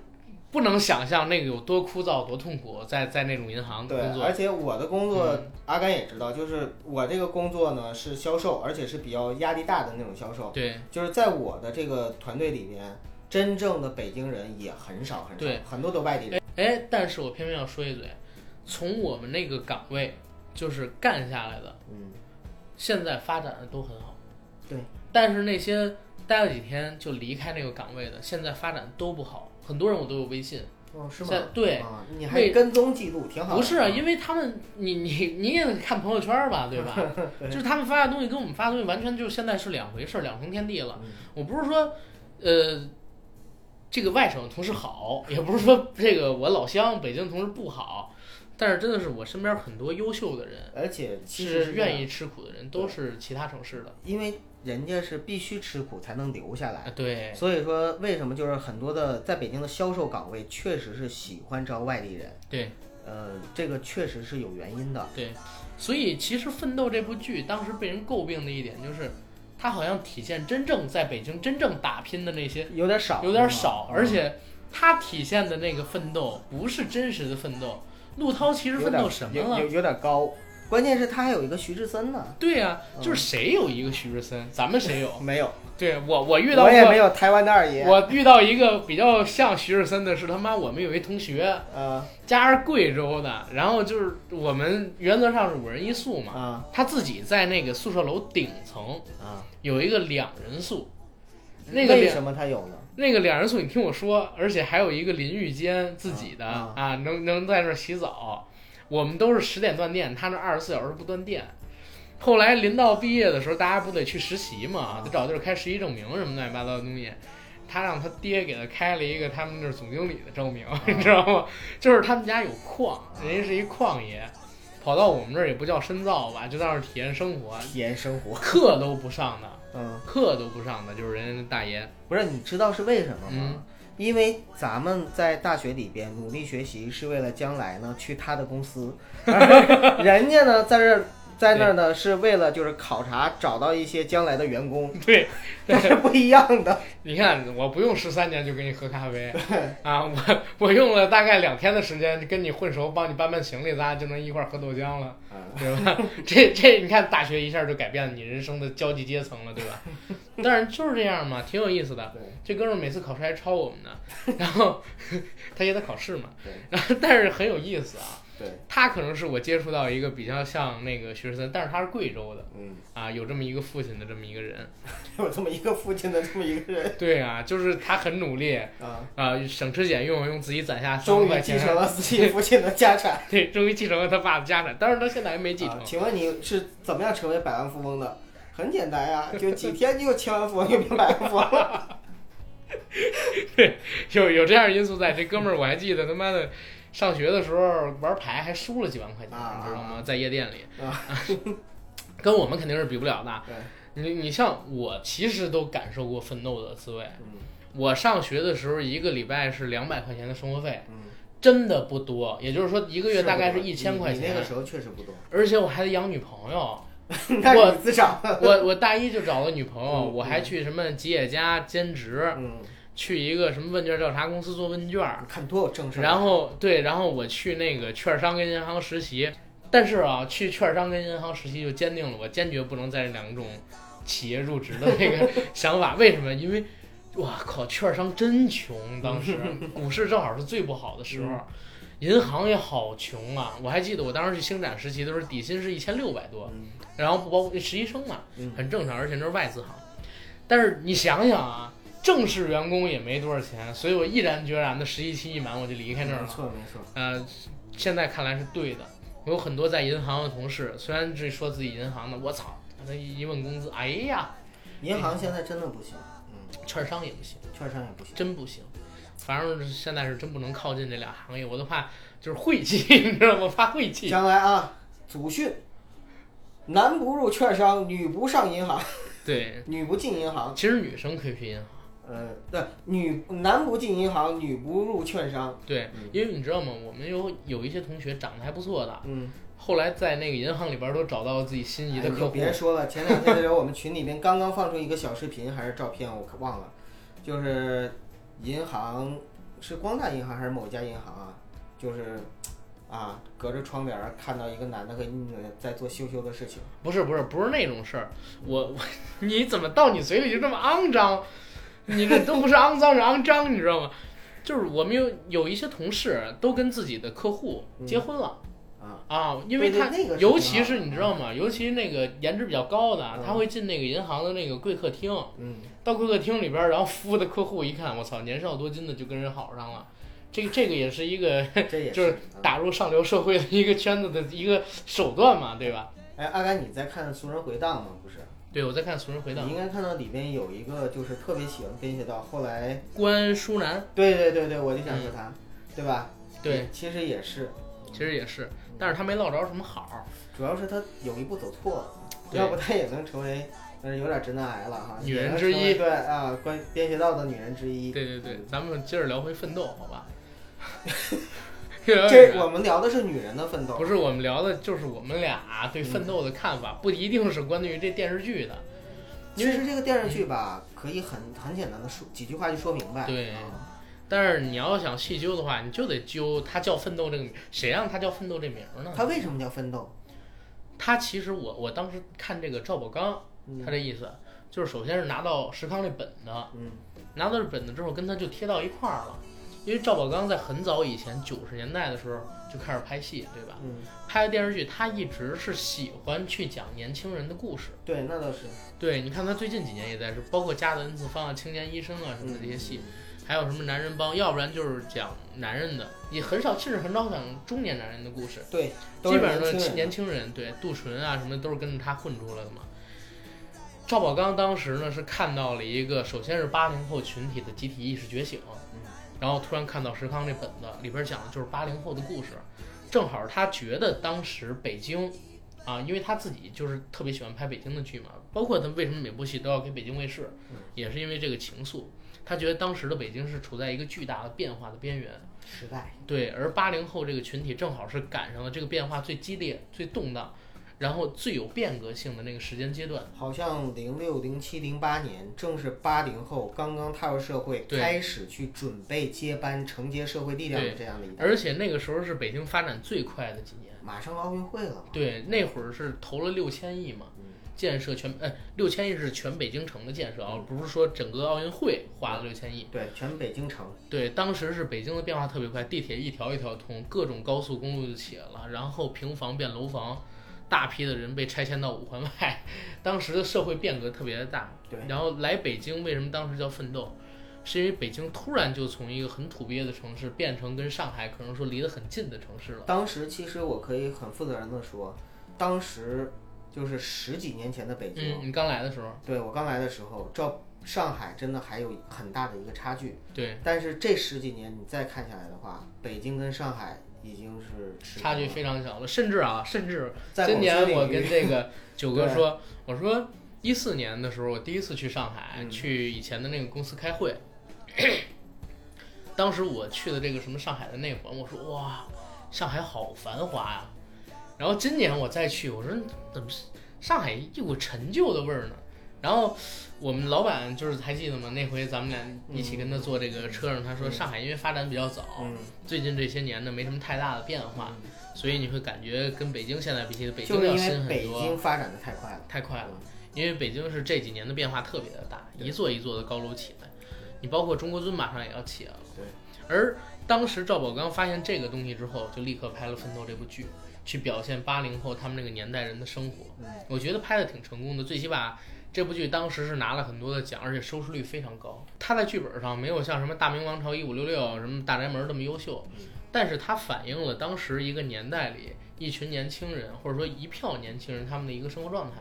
[SPEAKER 1] 不能想象那个有多枯燥、多痛苦，在在那种银行
[SPEAKER 2] 对
[SPEAKER 1] 工，作
[SPEAKER 2] 而。且我的工作，
[SPEAKER 1] 嗯
[SPEAKER 2] 阿甘也知道，就是我这个工作呢是销售，而且是比较压力大的那种销售。
[SPEAKER 1] 对
[SPEAKER 2] 就是在我的这个团队里面，真正的北京人也很少很
[SPEAKER 1] 对
[SPEAKER 2] 少，很多都外地人。
[SPEAKER 1] 哎，但是我偏偏要说一嘴，从我们那个岗位就是干下来的，
[SPEAKER 2] 嗯，
[SPEAKER 1] 现在发展的都很好。
[SPEAKER 2] 对，
[SPEAKER 1] 但是那些待了几天就离开那个岗位的，现在发展都不好。很多人我都有微信，
[SPEAKER 2] 哦，是吗
[SPEAKER 1] 在？对
[SPEAKER 2] 啊，你还
[SPEAKER 1] 为
[SPEAKER 2] 跟踪记录挺好的。
[SPEAKER 1] 不是啊，
[SPEAKER 2] 嗯
[SPEAKER 1] 因为他们，你你你也得看朋友圈吧，对 吧？就是他们发的东西跟我们发的东西完全就现在是两回事，两重天地了。
[SPEAKER 2] 嗯
[SPEAKER 1] 我不是说，呃，这个外省同事好，也不是说这个我老乡北京同事不好，但是真的是我身边很多优秀的人，
[SPEAKER 2] 而且其实
[SPEAKER 1] 嗯是愿，意吃苦的人，都是其他城市的。
[SPEAKER 2] 因为人家是必须吃苦才能留下来。
[SPEAKER 1] 啊，对，
[SPEAKER 2] 所以说，为什么就是很多的在北京的销售岗位确实是喜欢招外地人？
[SPEAKER 1] 啊对，
[SPEAKER 2] 呃，这个确实是有原因的。
[SPEAKER 1] 对，所以其实《奋斗》这部剧当时被人诟病的一点就是，它好像体现真正在北京真正打拼的那些
[SPEAKER 2] 有点少，
[SPEAKER 1] 有点少，
[SPEAKER 2] 嗯
[SPEAKER 1] 而且它体现的那个奋斗不是真实的奋斗。陆涛其实
[SPEAKER 2] 有
[SPEAKER 1] 奋
[SPEAKER 2] 点
[SPEAKER 1] 斗什么啊
[SPEAKER 2] 有
[SPEAKER 1] 了
[SPEAKER 2] 有？有点高，关键是他还有一个徐志森呢，
[SPEAKER 1] 对呀、
[SPEAKER 2] 嗯
[SPEAKER 1] 就是谁有一个徐志森，咱们谁 有？
[SPEAKER 2] 没有，
[SPEAKER 1] 对我，我哦遇到
[SPEAKER 2] 我也没
[SPEAKER 1] 过，
[SPEAKER 2] 有台湾的二爷。
[SPEAKER 1] 我遇到一个比较像徐志森的是他妈我们有一同学，
[SPEAKER 2] 呃
[SPEAKER 1] 家是贵州的，然后就是我们原则上是五人一宿嘛，
[SPEAKER 2] 啊
[SPEAKER 1] 他自己在那个宿舍楼顶层
[SPEAKER 2] 啊，
[SPEAKER 1] 有一个两人宿，那个
[SPEAKER 2] 为
[SPEAKER 1] 两
[SPEAKER 2] 什么他有呢？
[SPEAKER 1] 那个两人宿，你听我说，而且还有一个淋浴间自己的
[SPEAKER 2] 啊
[SPEAKER 1] 能能在那儿洗澡。我们都是十点断电，他那二十四小时不断电。后来临到毕业的时候，大家不得去实习嘛
[SPEAKER 2] 啊，
[SPEAKER 1] 得找地儿开实习证明什么乱七八糟的东西。他让他爹给他开了一个他们那儿总经理的证
[SPEAKER 2] 啊
[SPEAKER 1] 明， 你知道吗？就是他们家有矿，人家是一矿爷，跑到我们这儿也不叫深造吧，就在那儿体验生活，
[SPEAKER 2] 体验生活。
[SPEAKER 1] 课都不上的，
[SPEAKER 2] 嗯，
[SPEAKER 1] 课都不上的，就是人家大爷。
[SPEAKER 2] 不是，你知道是为什么
[SPEAKER 1] 嗯
[SPEAKER 2] 吗？因为咱们在大学里边努力学习，是为了将来呢去他的公司， 而人家呢在这儿在那儿呢是为了就是考察找到一些将来的员工，
[SPEAKER 1] 对，
[SPEAKER 2] 这是不一样的。
[SPEAKER 1] 你看，我不用十三年就跟你喝咖啡，啊，我我用了大概两天的时间跟你混熟，帮你搬搬行李，咱俩就能一块儿喝豆浆了，
[SPEAKER 2] 啊
[SPEAKER 1] 对吧？这这，你看大学一下就改变了你人生的交际阶层了，对 吧？但是就是这样嘛，挺有意思的。
[SPEAKER 2] 对
[SPEAKER 1] 这哥们儿每次考试还抄我们 呢，然后他也在考试嘛
[SPEAKER 2] 对，
[SPEAKER 1] 然后但是很有意思啊。
[SPEAKER 2] 对，
[SPEAKER 1] 他可能是我接触到一个比较像那个徐志森，但是他是贵州的
[SPEAKER 2] 嗯，
[SPEAKER 1] 啊，有这么一个父亲的这么一个人。
[SPEAKER 2] 有这么一个父亲的这么一个人
[SPEAKER 1] 对啊，就是他很努力，
[SPEAKER 2] 啊，
[SPEAKER 1] 啊、省吃俭用，用自己攒下三
[SPEAKER 2] 终
[SPEAKER 1] 万块
[SPEAKER 2] 于继
[SPEAKER 1] 钱，
[SPEAKER 2] 承了自己父亲的家产。
[SPEAKER 1] 对，终于继承了他爸的家产，但是他现在 还没继承
[SPEAKER 2] 啊。。请问你是怎么样成为百万富翁的？很简 单呀，就几天就千万富翁就变百万富翁了。
[SPEAKER 1] 有有这样因素在，这哥们儿我还记得他妈的，上学的时候玩牌还输了几万块钱，
[SPEAKER 2] 啊
[SPEAKER 1] 你知道吗？在夜店里，
[SPEAKER 2] 啊
[SPEAKER 1] 跟我们肯定是比不了的。
[SPEAKER 2] 对，
[SPEAKER 1] 你你像我，其实都感受过奋斗的滋味。
[SPEAKER 2] 嗯
[SPEAKER 1] 我上学的时候，一个礼拜是两百块钱的生活费，
[SPEAKER 2] 嗯，
[SPEAKER 1] 真的不多，也就是说一
[SPEAKER 2] 一
[SPEAKER 1] 个月大概是一千块
[SPEAKER 2] 你
[SPEAKER 1] 钱
[SPEAKER 2] 那。个时候确实 不多，
[SPEAKER 1] 而且我还得养女朋友，
[SPEAKER 2] 那你自找。
[SPEAKER 1] 我我大一就找了女朋友，
[SPEAKER 2] 嗯
[SPEAKER 1] 我还去什么吉野家兼职，
[SPEAKER 2] 嗯，
[SPEAKER 1] 去一个什么问卷调查公司做问卷儿，
[SPEAKER 2] 你看多有正事儿。
[SPEAKER 1] 然后对，然后我去那个券商跟银行实习。但是啊，去券商跟银行实习就坚定了我坚决不能在这两种企业入职的这个 想法。为什么？因为哇靠，券商真穷，当 时股市正好是最不好的时候。
[SPEAKER 2] 嗯
[SPEAKER 1] 银行也好穷啊！我还记得我当时去星展实习的时候，底薪是一千六百多，
[SPEAKER 2] 嗯
[SPEAKER 1] 然后不包括实习生嘛，
[SPEAKER 2] 嗯
[SPEAKER 1] 很正常，而且那是外资行。但是你想想啊，正式员工也没多少钱，所以我毅然决然的十一期一满我就离开那儿
[SPEAKER 2] 没
[SPEAKER 1] 了。
[SPEAKER 2] 错没错，
[SPEAKER 1] 呃，现在看来是对的。我有很多在银行的同事，虽然是说自己银行的，我操，那一一问工资，哎呀，
[SPEAKER 2] 银行现在真的不行，嗯，
[SPEAKER 1] 券商也不行，
[SPEAKER 2] 券商也不行。
[SPEAKER 1] 真不行。反正现在是真不能靠近这俩行业，我都怕就是晦气， 你知道吗？怕晦气。
[SPEAKER 2] 将来啊，祖训，男不入券商，女不上银行，
[SPEAKER 1] 对，
[SPEAKER 2] 女不进银行。
[SPEAKER 1] 其实女生可以去银行。
[SPEAKER 2] 呃，对，女男不进银行，女不入券商。
[SPEAKER 1] 对
[SPEAKER 2] 嗯，
[SPEAKER 1] 因为你知道吗？我们有有一些同学长得还不错的，
[SPEAKER 2] 嗯。
[SPEAKER 1] 后来在那个银行里边都找到自己心仪的
[SPEAKER 2] 哎你就
[SPEAKER 1] 客户。
[SPEAKER 2] 别说了，前两天的时候，我们群里面刚刚放出一个小视频还是照片，我可忘了，就是银行是光大银行还是某家银行啊？就是啊，隔着窗帘儿看到一个男的和一女的在做羞羞的事情，
[SPEAKER 1] 不是不是不是那种事儿，我 我你怎么到你嘴里就这么肮脏？你这都不是肮脏，是肮脏，你知道吗？就是我们有有一些同事都跟自己的客户结婚了、
[SPEAKER 2] 啊
[SPEAKER 1] 啊，因为
[SPEAKER 2] 嗯对对
[SPEAKER 1] 他
[SPEAKER 2] 那个是
[SPEAKER 1] 尤
[SPEAKER 2] 挺
[SPEAKER 1] 其
[SPEAKER 2] 好
[SPEAKER 1] 是
[SPEAKER 2] 的
[SPEAKER 1] 你知道吗？尤其那个颜值比较高的，
[SPEAKER 2] 嗯
[SPEAKER 1] 他会进那个银行的那个贵客厅，
[SPEAKER 2] 嗯，
[SPEAKER 1] 到贵客厅里边儿，然后服务的客户一看，我操，年少多金的就跟人好上了，这个这个也是一个
[SPEAKER 2] 这 也啊
[SPEAKER 1] 就是打入上流社会的一个圈子的一个手段嘛，对吧？
[SPEAKER 2] 哎，阿甘，你在看《俗人回荡》吗？不是？
[SPEAKER 1] 对，我在看《俗人回荡
[SPEAKER 2] 你》。应该看到里边有一个就是特别喜欢编写到后来，
[SPEAKER 1] 关淑楠，
[SPEAKER 2] 对对对对，我就想说他，对吧？
[SPEAKER 1] 嗯对，，
[SPEAKER 2] 其实也是，
[SPEAKER 1] 其实也是，但是他没落着什么好儿。
[SPEAKER 2] 主要是他有一步走错了，
[SPEAKER 1] 对
[SPEAKER 2] 要不他也能成为，但是有点直男癌了哈，
[SPEAKER 1] 女
[SPEAKER 2] 也
[SPEAKER 1] 人
[SPEAKER 2] 能
[SPEAKER 1] 之
[SPEAKER 2] 成为
[SPEAKER 1] 一
[SPEAKER 2] 对啊，关编写到的女人之一。
[SPEAKER 1] 对对对，咱们接着聊回奋斗，好吧？
[SPEAKER 2] 这我们聊的是女人的奋斗，
[SPEAKER 1] 不是我们聊的，就是我们俩对奋斗的看法，不一定是关于这电视剧的。因
[SPEAKER 2] 其
[SPEAKER 1] 为
[SPEAKER 2] 实这个电视剧吧，可以很很简单的说几句话就说明白。
[SPEAKER 1] 对
[SPEAKER 2] 啊
[SPEAKER 1] 但是你要想细究的话，你就得揪它叫奋斗这个，谁让它叫奋斗这名儿呢？
[SPEAKER 2] 它为什么叫奋斗？
[SPEAKER 1] 他其实我我当时看这个赵宝刚，
[SPEAKER 2] 嗯
[SPEAKER 1] 他这意思就是首先是拿到石康这本的，
[SPEAKER 2] 嗯
[SPEAKER 1] 拿到这本子之后跟他就贴到一块儿了，因为赵宝刚在很早以前九十年代的时候就开始拍戏，对吧？
[SPEAKER 2] 嗯，
[SPEAKER 1] 拍的电视剧他一直是喜欢去讲年轻人的故事，
[SPEAKER 2] 对，那倒是。
[SPEAKER 1] 对，你看他最近几年也在是，包括《家的 N 次方》啊、《青年医生》啊什么的这些戏，还有什么《男人帮》，要不然就是讲男人的，也很少，甚至很少讲中年男人的故事。
[SPEAKER 2] 对，都
[SPEAKER 1] 基
[SPEAKER 2] 是
[SPEAKER 1] 本上都是
[SPEAKER 2] 年
[SPEAKER 1] 年
[SPEAKER 2] 轻人
[SPEAKER 1] 轻人，对杜淳啊什么都是跟着他混出来的嘛。赵宝刚当时呢是看到了一个，首先是八零后群体的集体意识觉醒，
[SPEAKER 2] 嗯
[SPEAKER 1] 然后突然看到石康这本子里边讲的就是八零后的故事，正好他觉得当时北京啊，因为他自己就是特别喜欢拍北京的剧嘛，包括他为什么每部戏都要给北京卫视
[SPEAKER 2] 嗯，
[SPEAKER 1] 也是因为这个情愫，他觉得当时的北京是处在一个巨大的变化的边缘。
[SPEAKER 2] 时代，
[SPEAKER 1] 对，而八零后这个群体正好是赶上了这个变化最激烈、最动荡，然后最有变革性的那个时间阶段。
[SPEAKER 2] 好像零六、零七、零八年，正是八零后刚刚踏入社会，
[SPEAKER 1] 对
[SPEAKER 2] 开始去准备接班、承接社会力量的这样的一代。
[SPEAKER 1] 而且那个时候是北京发展最快的几年，
[SPEAKER 2] 马上奥运会了嘛，
[SPEAKER 1] 对，那会儿是投了六千亿嘛，建设全呃六千亿是全北京城的建设啊，不是说整个奥运会花了六千亿。
[SPEAKER 2] 对，全北京城，
[SPEAKER 1] 对，当时是北京的变化特别快，地铁一条一条通，各种高速公路就起来了，然后平房变楼房，大批的人被拆迁到五环外， 当时的社会变革特别的大。
[SPEAKER 2] 对，
[SPEAKER 1] 然后来北京，为什么当时叫奋斗？是因为北京突然就从一个很土鳖的城市变成跟上海可能说离得很近的城市了。
[SPEAKER 2] 当时其实我可以很负责任的说，当时就是十几年前的北京，
[SPEAKER 1] 嗯，你刚来的时候，
[SPEAKER 2] 对我刚来的时候，照上海真的还有很大的一个差距。
[SPEAKER 1] 对，
[SPEAKER 2] 但是这十几年你再看下来的话，北京跟上海已经是持平
[SPEAKER 1] 差距
[SPEAKER 2] 了
[SPEAKER 1] 非常小了，甚至啊，甚至
[SPEAKER 2] 在
[SPEAKER 1] 今年
[SPEAKER 2] 某些
[SPEAKER 1] 我
[SPEAKER 2] 领域
[SPEAKER 1] 跟这 个九哥说，我说一四年的时候，我第一次去上海，
[SPEAKER 2] 嗯
[SPEAKER 1] 去以前的那个公司开会。 当时我去的这个什么上海的内环，我说哇，上海好繁华呀、然后今年我再去，我说怎么是上海一股陈旧的味儿呢？然后我们老板就是还记得吗？那回咱们俩一起跟他坐这个车上，他说
[SPEAKER 2] 嗯
[SPEAKER 1] 上海因为发展比较早，
[SPEAKER 2] 嗯，
[SPEAKER 1] 最近这些年呢没什么太大的变化，所以你会感觉跟北京现在比起，北京
[SPEAKER 2] 就是
[SPEAKER 1] 要
[SPEAKER 2] 因
[SPEAKER 1] 新
[SPEAKER 2] 为
[SPEAKER 1] 很
[SPEAKER 2] 北
[SPEAKER 1] 多，
[SPEAKER 2] 京发展的太快了，
[SPEAKER 1] 太快了。因为北京是这几年的变化特别的大，一座一座的高楼起来，你包括中国尊马上也要起来了。
[SPEAKER 2] 嗯对。
[SPEAKER 1] 而当时赵宝刚发现这个东西之后，就立刻拍了《奋斗》这部剧，去表现八零后他们那个年代人的生活。
[SPEAKER 2] 嗯
[SPEAKER 1] 我觉得拍的挺成功的，最起码这部剧当时是拿了很多的奖，而且收视率非常高。他在剧本上没有像什么《大明王朝一五六六》、什么《大宅门》那么优秀
[SPEAKER 2] 嗯，
[SPEAKER 1] 但是它反映了当时一个年代里一群年轻人，或者说一票年轻人他们的一个生活状态。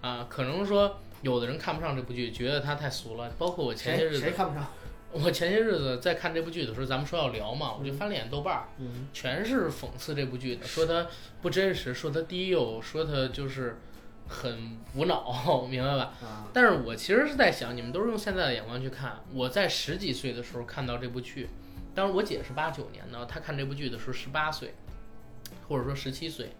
[SPEAKER 1] 啊，可能说有的人看不上这部剧，觉得它太俗了。包括我前些
[SPEAKER 2] 谁
[SPEAKER 1] 日
[SPEAKER 2] 谁
[SPEAKER 1] 子，
[SPEAKER 2] 看不上？
[SPEAKER 1] 我前些日子在看这部剧的时候，咱们说要聊嘛，我就翻了眼豆瓣儿，
[SPEAKER 2] 嗯，
[SPEAKER 1] 全是讽刺这部剧的，说它不真实，说它低幼，说它就是很无脑， 明白吧？
[SPEAKER 2] 啊，
[SPEAKER 1] 但是我其实是在想，你们都是用现在的眼光去看。我在十几岁的时候看到这部剧，当然我姐是八九年的，她看这部剧的时候十八岁，或者说十七岁。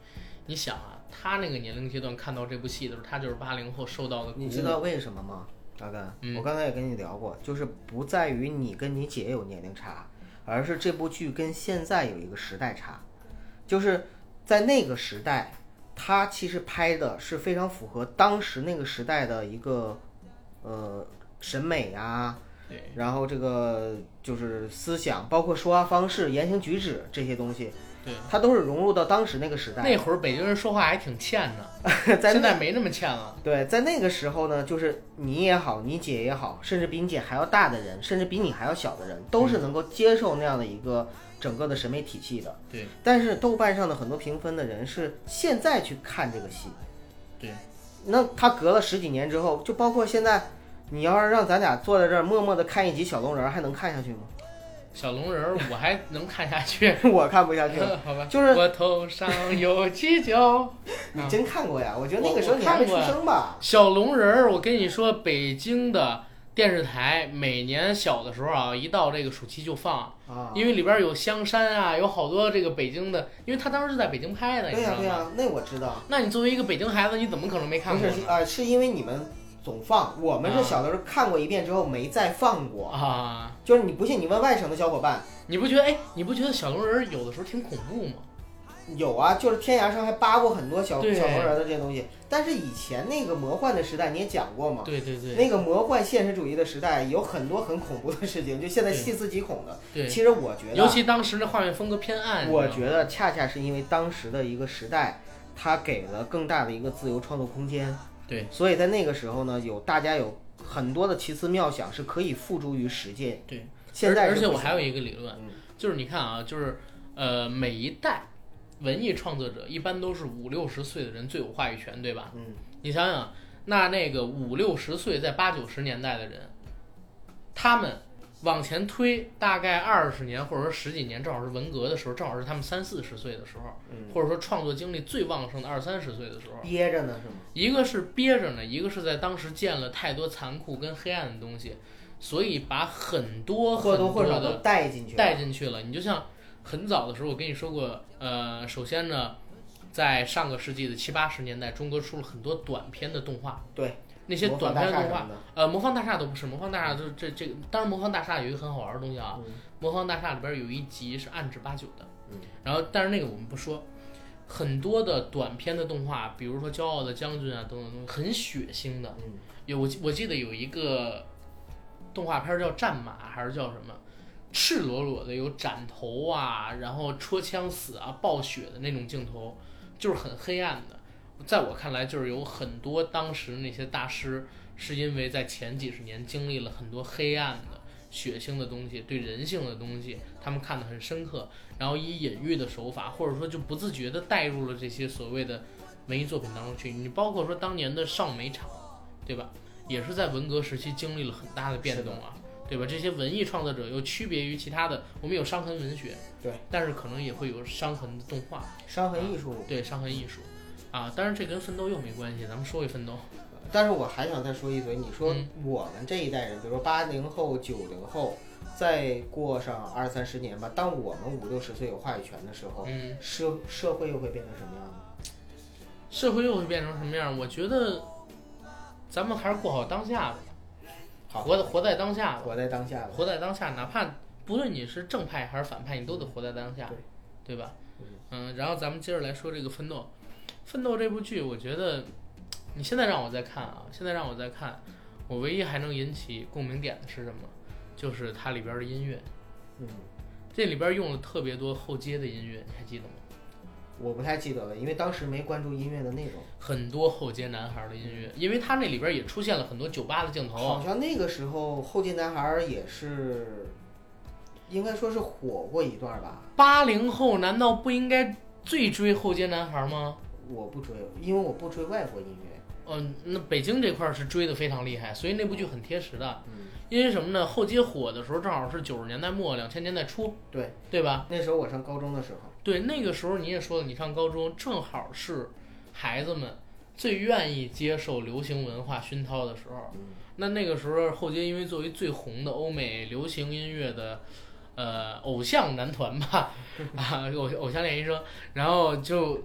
[SPEAKER 1] 你想啊，她那个年龄阶段看到这部戏的时候，她就是八零后受到的鼓舞。
[SPEAKER 2] 你知道为什么吗？大根，
[SPEAKER 1] 嗯
[SPEAKER 2] 我刚才也跟你聊过，就是不在于你跟你姐有年龄差，而是这部剧跟现在有一个时代差，就是在那个时代，它其实拍的是非常符合当时那个时代的一个呃审美啊，
[SPEAKER 1] 对，
[SPEAKER 2] 然后这个就是思想，包括说话方式、言行举止这些东西，
[SPEAKER 1] 对，
[SPEAKER 2] 它都是融入到当时那个时代。
[SPEAKER 1] 那会儿北京人说话还挺欠的，
[SPEAKER 2] 在
[SPEAKER 1] 现
[SPEAKER 2] 那
[SPEAKER 1] 在没那么欠了。
[SPEAKER 2] 对，在那个时候呢，就是你也好，你姐也好，甚至比你姐还要大的人，甚至比你还要小的人，都
[SPEAKER 1] 嗯
[SPEAKER 2] 是能够接受那样的一个整个的审美体系的。
[SPEAKER 1] 对，
[SPEAKER 2] 但是豆瓣上的很多评分的人是现在去看这个戏，
[SPEAKER 1] 对，
[SPEAKER 2] 那他隔了十几年之后，就包括现在，你要是让咱俩坐在这儿默默的看一集小龙人儿，还能看下去吗？
[SPEAKER 1] 小龙人儿我还能看下去，
[SPEAKER 2] 我看不下去。
[SPEAKER 1] 好吧？
[SPEAKER 2] 就是
[SPEAKER 1] 我头上有犄 角。
[SPEAKER 2] 你真看过呀？我觉得
[SPEAKER 1] 嗯
[SPEAKER 2] 那
[SPEAKER 1] 我
[SPEAKER 2] 个时候
[SPEAKER 1] 我
[SPEAKER 2] 你还
[SPEAKER 1] 看
[SPEAKER 2] 没出
[SPEAKER 1] 过
[SPEAKER 2] 生吧？
[SPEAKER 1] 小龙人儿，我跟你说，北京的电视台每年小的时候啊，一到这个暑期就放，
[SPEAKER 2] 啊，
[SPEAKER 1] 因为里边有香山啊，有好多这个北京的，因为他当时是在北京拍的，你
[SPEAKER 2] 对
[SPEAKER 1] 知
[SPEAKER 2] 呀
[SPEAKER 1] 道
[SPEAKER 2] 对
[SPEAKER 1] 吗？
[SPEAKER 2] 呀，那我知道。
[SPEAKER 1] 那你作为一个北京孩子，你怎么可能没看
[SPEAKER 2] 不
[SPEAKER 1] 过
[SPEAKER 2] 是
[SPEAKER 1] 呢？
[SPEAKER 2] 啊，是因为你们总放，我们是
[SPEAKER 1] 啊
[SPEAKER 2] 小的时候看过一遍之后没再放过。
[SPEAKER 1] 啊，
[SPEAKER 2] 就是你不信，你问外省的小伙伴，
[SPEAKER 1] 你不觉得哎，你不觉得小龙人儿有的时候挺恐怖吗？
[SPEAKER 2] 有啊，就是天涯上还扒过很多小
[SPEAKER 1] 对
[SPEAKER 2] 小黄人的这些东西。但是以前那个魔幻的时代，你也讲过嘛？
[SPEAKER 1] 对对对
[SPEAKER 2] 那个魔幻现实主义的时代，有很多很恐怖的事情，就现在
[SPEAKER 1] 对
[SPEAKER 2] 细思极恐的。
[SPEAKER 1] 对，
[SPEAKER 2] 其实我觉得，
[SPEAKER 1] 尤其当时那画面风格偏暗，你知道
[SPEAKER 2] 我
[SPEAKER 1] 吗
[SPEAKER 2] 觉得恰恰是因为当时的一个时代，它给了更大的一个自由创作空间。
[SPEAKER 1] 对，
[SPEAKER 2] 所以在那个时候呢，有大家有很多的奇思妙想是可以付诸于实践。
[SPEAKER 1] 对，
[SPEAKER 2] 现在
[SPEAKER 1] 而
[SPEAKER 2] 是
[SPEAKER 1] 且
[SPEAKER 2] 不
[SPEAKER 1] 我
[SPEAKER 2] 行
[SPEAKER 1] 还有一个理论，
[SPEAKER 2] 嗯
[SPEAKER 1] 就是你看啊，就是呃，每一代文艺创作者一般都是五六十岁的人最有话语权，对吧？
[SPEAKER 2] 嗯，
[SPEAKER 1] 你想想，那那个五六十岁在八九十年代的人，他们往前推大概二十年或者说十几年，正好是文革的时候，正好是他们三四十岁的时候，
[SPEAKER 2] 嗯
[SPEAKER 1] 或者说创作精力最旺盛的二三十岁的时候。
[SPEAKER 2] 憋着呢是吗？
[SPEAKER 1] 一个是憋着呢，一个是在当时见了太多残酷跟黑暗的东西，所以把很多
[SPEAKER 2] 或
[SPEAKER 1] 很
[SPEAKER 2] 多或少
[SPEAKER 1] 的
[SPEAKER 2] 都带进去了。
[SPEAKER 1] 带进去了。你就像很早的时候，我跟你说过，呃，首先呢，在上个世纪的七八十年代，中国出了很多短片的动画，
[SPEAKER 2] 对，
[SPEAKER 1] 那些
[SPEAKER 2] 模
[SPEAKER 1] 短
[SPEAKER 2] 仿大
[SPEAKER 1] 片
[SPEAKER 2] 厦
[SPEAKER 1] 动
[SPEAKER 2] 什
[SPEAKER 1] 画
[SPEAKER 2] 么，的，
[SPEAKER 1] 呃，魔方大厦都不是，魔方大厦就是这这个，当然魔方大厦有一个很好玩的东西啊，
[SPEAKER 2] 嗯
[SPEAKER 1] 魔方大厦里边有一集是暗指八九的，
[SPEAKER 2] 嗯，
[SPEAKER 1] 然后但是那个我们不说。很多的短片的动画，比如说《骄傲的将军》啊，等等等等，很血腥的。
[SPEAKER 2] 嗯
[SPEAKER 1] 有我记我记得有一个动画片儿叫《战马》还是叫什么，赤裸裸的有斩头啊，然后戳枪死啊、暴血的那种镜头，就是很黑暗的。在我看来，就是有很多当时那些大师是因为在前几十年经历了很多黑暗的、血腥的东西，对人性的东西，他们看得很深刻，然后以隐喻的手法，或者说就不自觉地带入了这些所谓的文艺作品当中去。你包括说当年的少美厂，对吧？也是在文革时期经历了很大的变动啊，对吧？这些文艺创作者又区别于其他的，我们有伤痕文学，
[SPEAKER 2] 对，
[SPEAKER 1] 但是可能也会有伤痕的动画，
[SPEAKER 2] 伤痕艺术。
[SPEAKER 1] 对，伤痕艺术。啊，当然这跟奋斗又没关系，咱们说回奋斗。
[SPEAKER 2] 但是我还想再说一嘴，你说
[SPEAKER 1] 嗯
[SPEAKER 2] 我们这一代人，比如说八零后、九零后，再过上二三十年吧，当我们五六十岁有话语权的时候，
[SPEAKER 1] 嗯，
[SPEAKER 2] 社社会又会变成什么样呢？
[SPEAKER 1] 社会又会变成什么样？我觉得，咱们还是过好当下吧，
[SPEAKER 2] 好，
[SPEAKER 1] 活在活在当下吧，
[SPEAKER 2] 活在当下吧。
[SPEAKER 1] 活在当下，哪怕不论你是正派还是反派，你都得活在当下，对吧？嗯，然后咱们接着来说这个《奋斗》，《奋斗》这部剧，我觉得你现在让我再看啊，现在让我再看，我唯一还能引起共鸣点的是什么？就是它里边的音乐，
[SPEAKER 2] 嗯，
[SPEAKER 1] 这里边用了特别多后街的音乐，你还记得吗？
[SPEAKER 2] 我不太记得了，因为当时没关注音乐的内容。
[SPEAKER 1] 很多后街男孩的音乐，因为它那里边也出现了很多酒吧的镜头啊
[SPEAKER 2] 好，像那个时候后街男孩儿也是，应该说是火过一段吧。
[SPEAKER 1] 八零后难道不应该最追后街男孩吗？
[SPEAKER 2] 我不追，因为我不追外国音乐。
[SPEAKER 1] 嗯，那北京这块儿是追的非常厉害，所以那部剧很贴实的。
[SPEAKER 2] 嗯，
[SPEAKER 1] 因为什么呢？后街火的时候正好是九十年代末、两千年代初，
[SPEAKER 2] 对，
[SPEAKER 1] 对吧？
[SPEAKER 2] 那时候我上高中的时候，
[SPEAKER 1] 对，那个时候你也说了，你上高中正好是孩子们最愿意接受流行文化熏陶的时候。
[SPEAKER 2] 嗯
[SPEAKER 1] 那那个时候，后街因为作为最红的欧美流行音乐的呃偶像男团吧，啊偶偶像练习生，然后就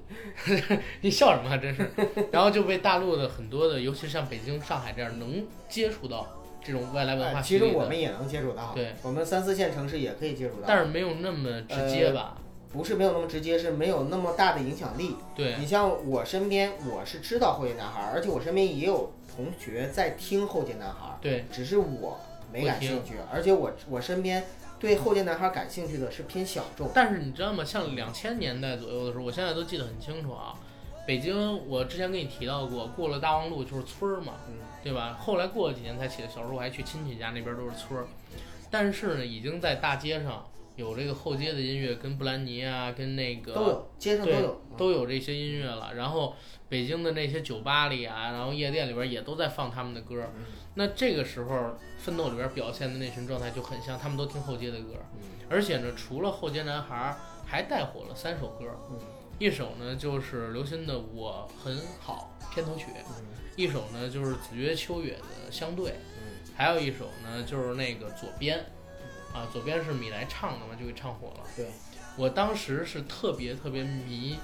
[SPEAKER 1] 你笑什么、啊？真是，然后就被大陆的很多的，尤其是像北京、上海这样能接触到这种外来文化
[SPEAKER 2] 哎
[SPEAKER 1] 洗
[SPEAKER 2] 其
[SPEAKER 1] 礼
[SPEAKER 2] 实
[SPEAKER 1] 的，
[SPEAKER 2] 我们也能接触到，
[SPEAKER 1] 对，
[SPEAKER 2] 我们三四线城市也可以接触到，呃
[SPEAKER 1] 但是没有那么直接吧？
[SPEAKER 2] 不是没有那么直接，是没有那么大的影响力。
[SPEAKER 1] 对，
[SPEAKER 2] 你像我身边，我是知道后街男孩儿，而且我身边也有同学在听后街男孩儿，
[SPEAKER 1] 对，
[SPEAKER 2] 只是我没感兴趣，而且我我身边对后街男孩感兴趣的是偏小众。
[SPEAKER 1] 但是你知道吗？像两千年代左右的时候，我现在都记得很清楚啊。北京，我之前跟你提到过，过了大望路就是村儿嘛，
[SPEAKER 2] 嗯
[SPEAKER 1] 对吧？后来过了几年才起的，小时候我还去亲戚家，那边都是村儿。但是呢，已经在大街上有这个后街的音乐，跟布兰妮啊，跟那个
[SPEAKER 2] 都有，街上都
[SPEAKER 1] 对
[SPEAKER 2] 有，嗯
[SPEAKER 1] 都有这些音乐了。然后北京的那些酒吧里啊，然后夜店里边也都在放他们的歌。
[SPEAKER 2] 嗯
[SPEAKER 1] 那这个时候，《奋斗》里边表现的那群状态就很像，他们都听后街的歌。而且呢，除了后街男孩儿，还带火了三首歌。
[SPEAKER 2] 嗯
[SPEAKER 1] 一首呢就是刘鑫的《我很好》片头曲，
[SPEAKER 2] 嗯
[SPEAKER 1] 一首呢就是子曰秋月的《相对》，
[SPEAKER 2] 嗯
[SPEAKER 1] 还有一首呢就是那个左边，啊，左边是米莱唱的嘛，就给唱火了。
[SPEAKER 2] 嗯对，
[SPEAKER 1] 我当时是特别特别迷《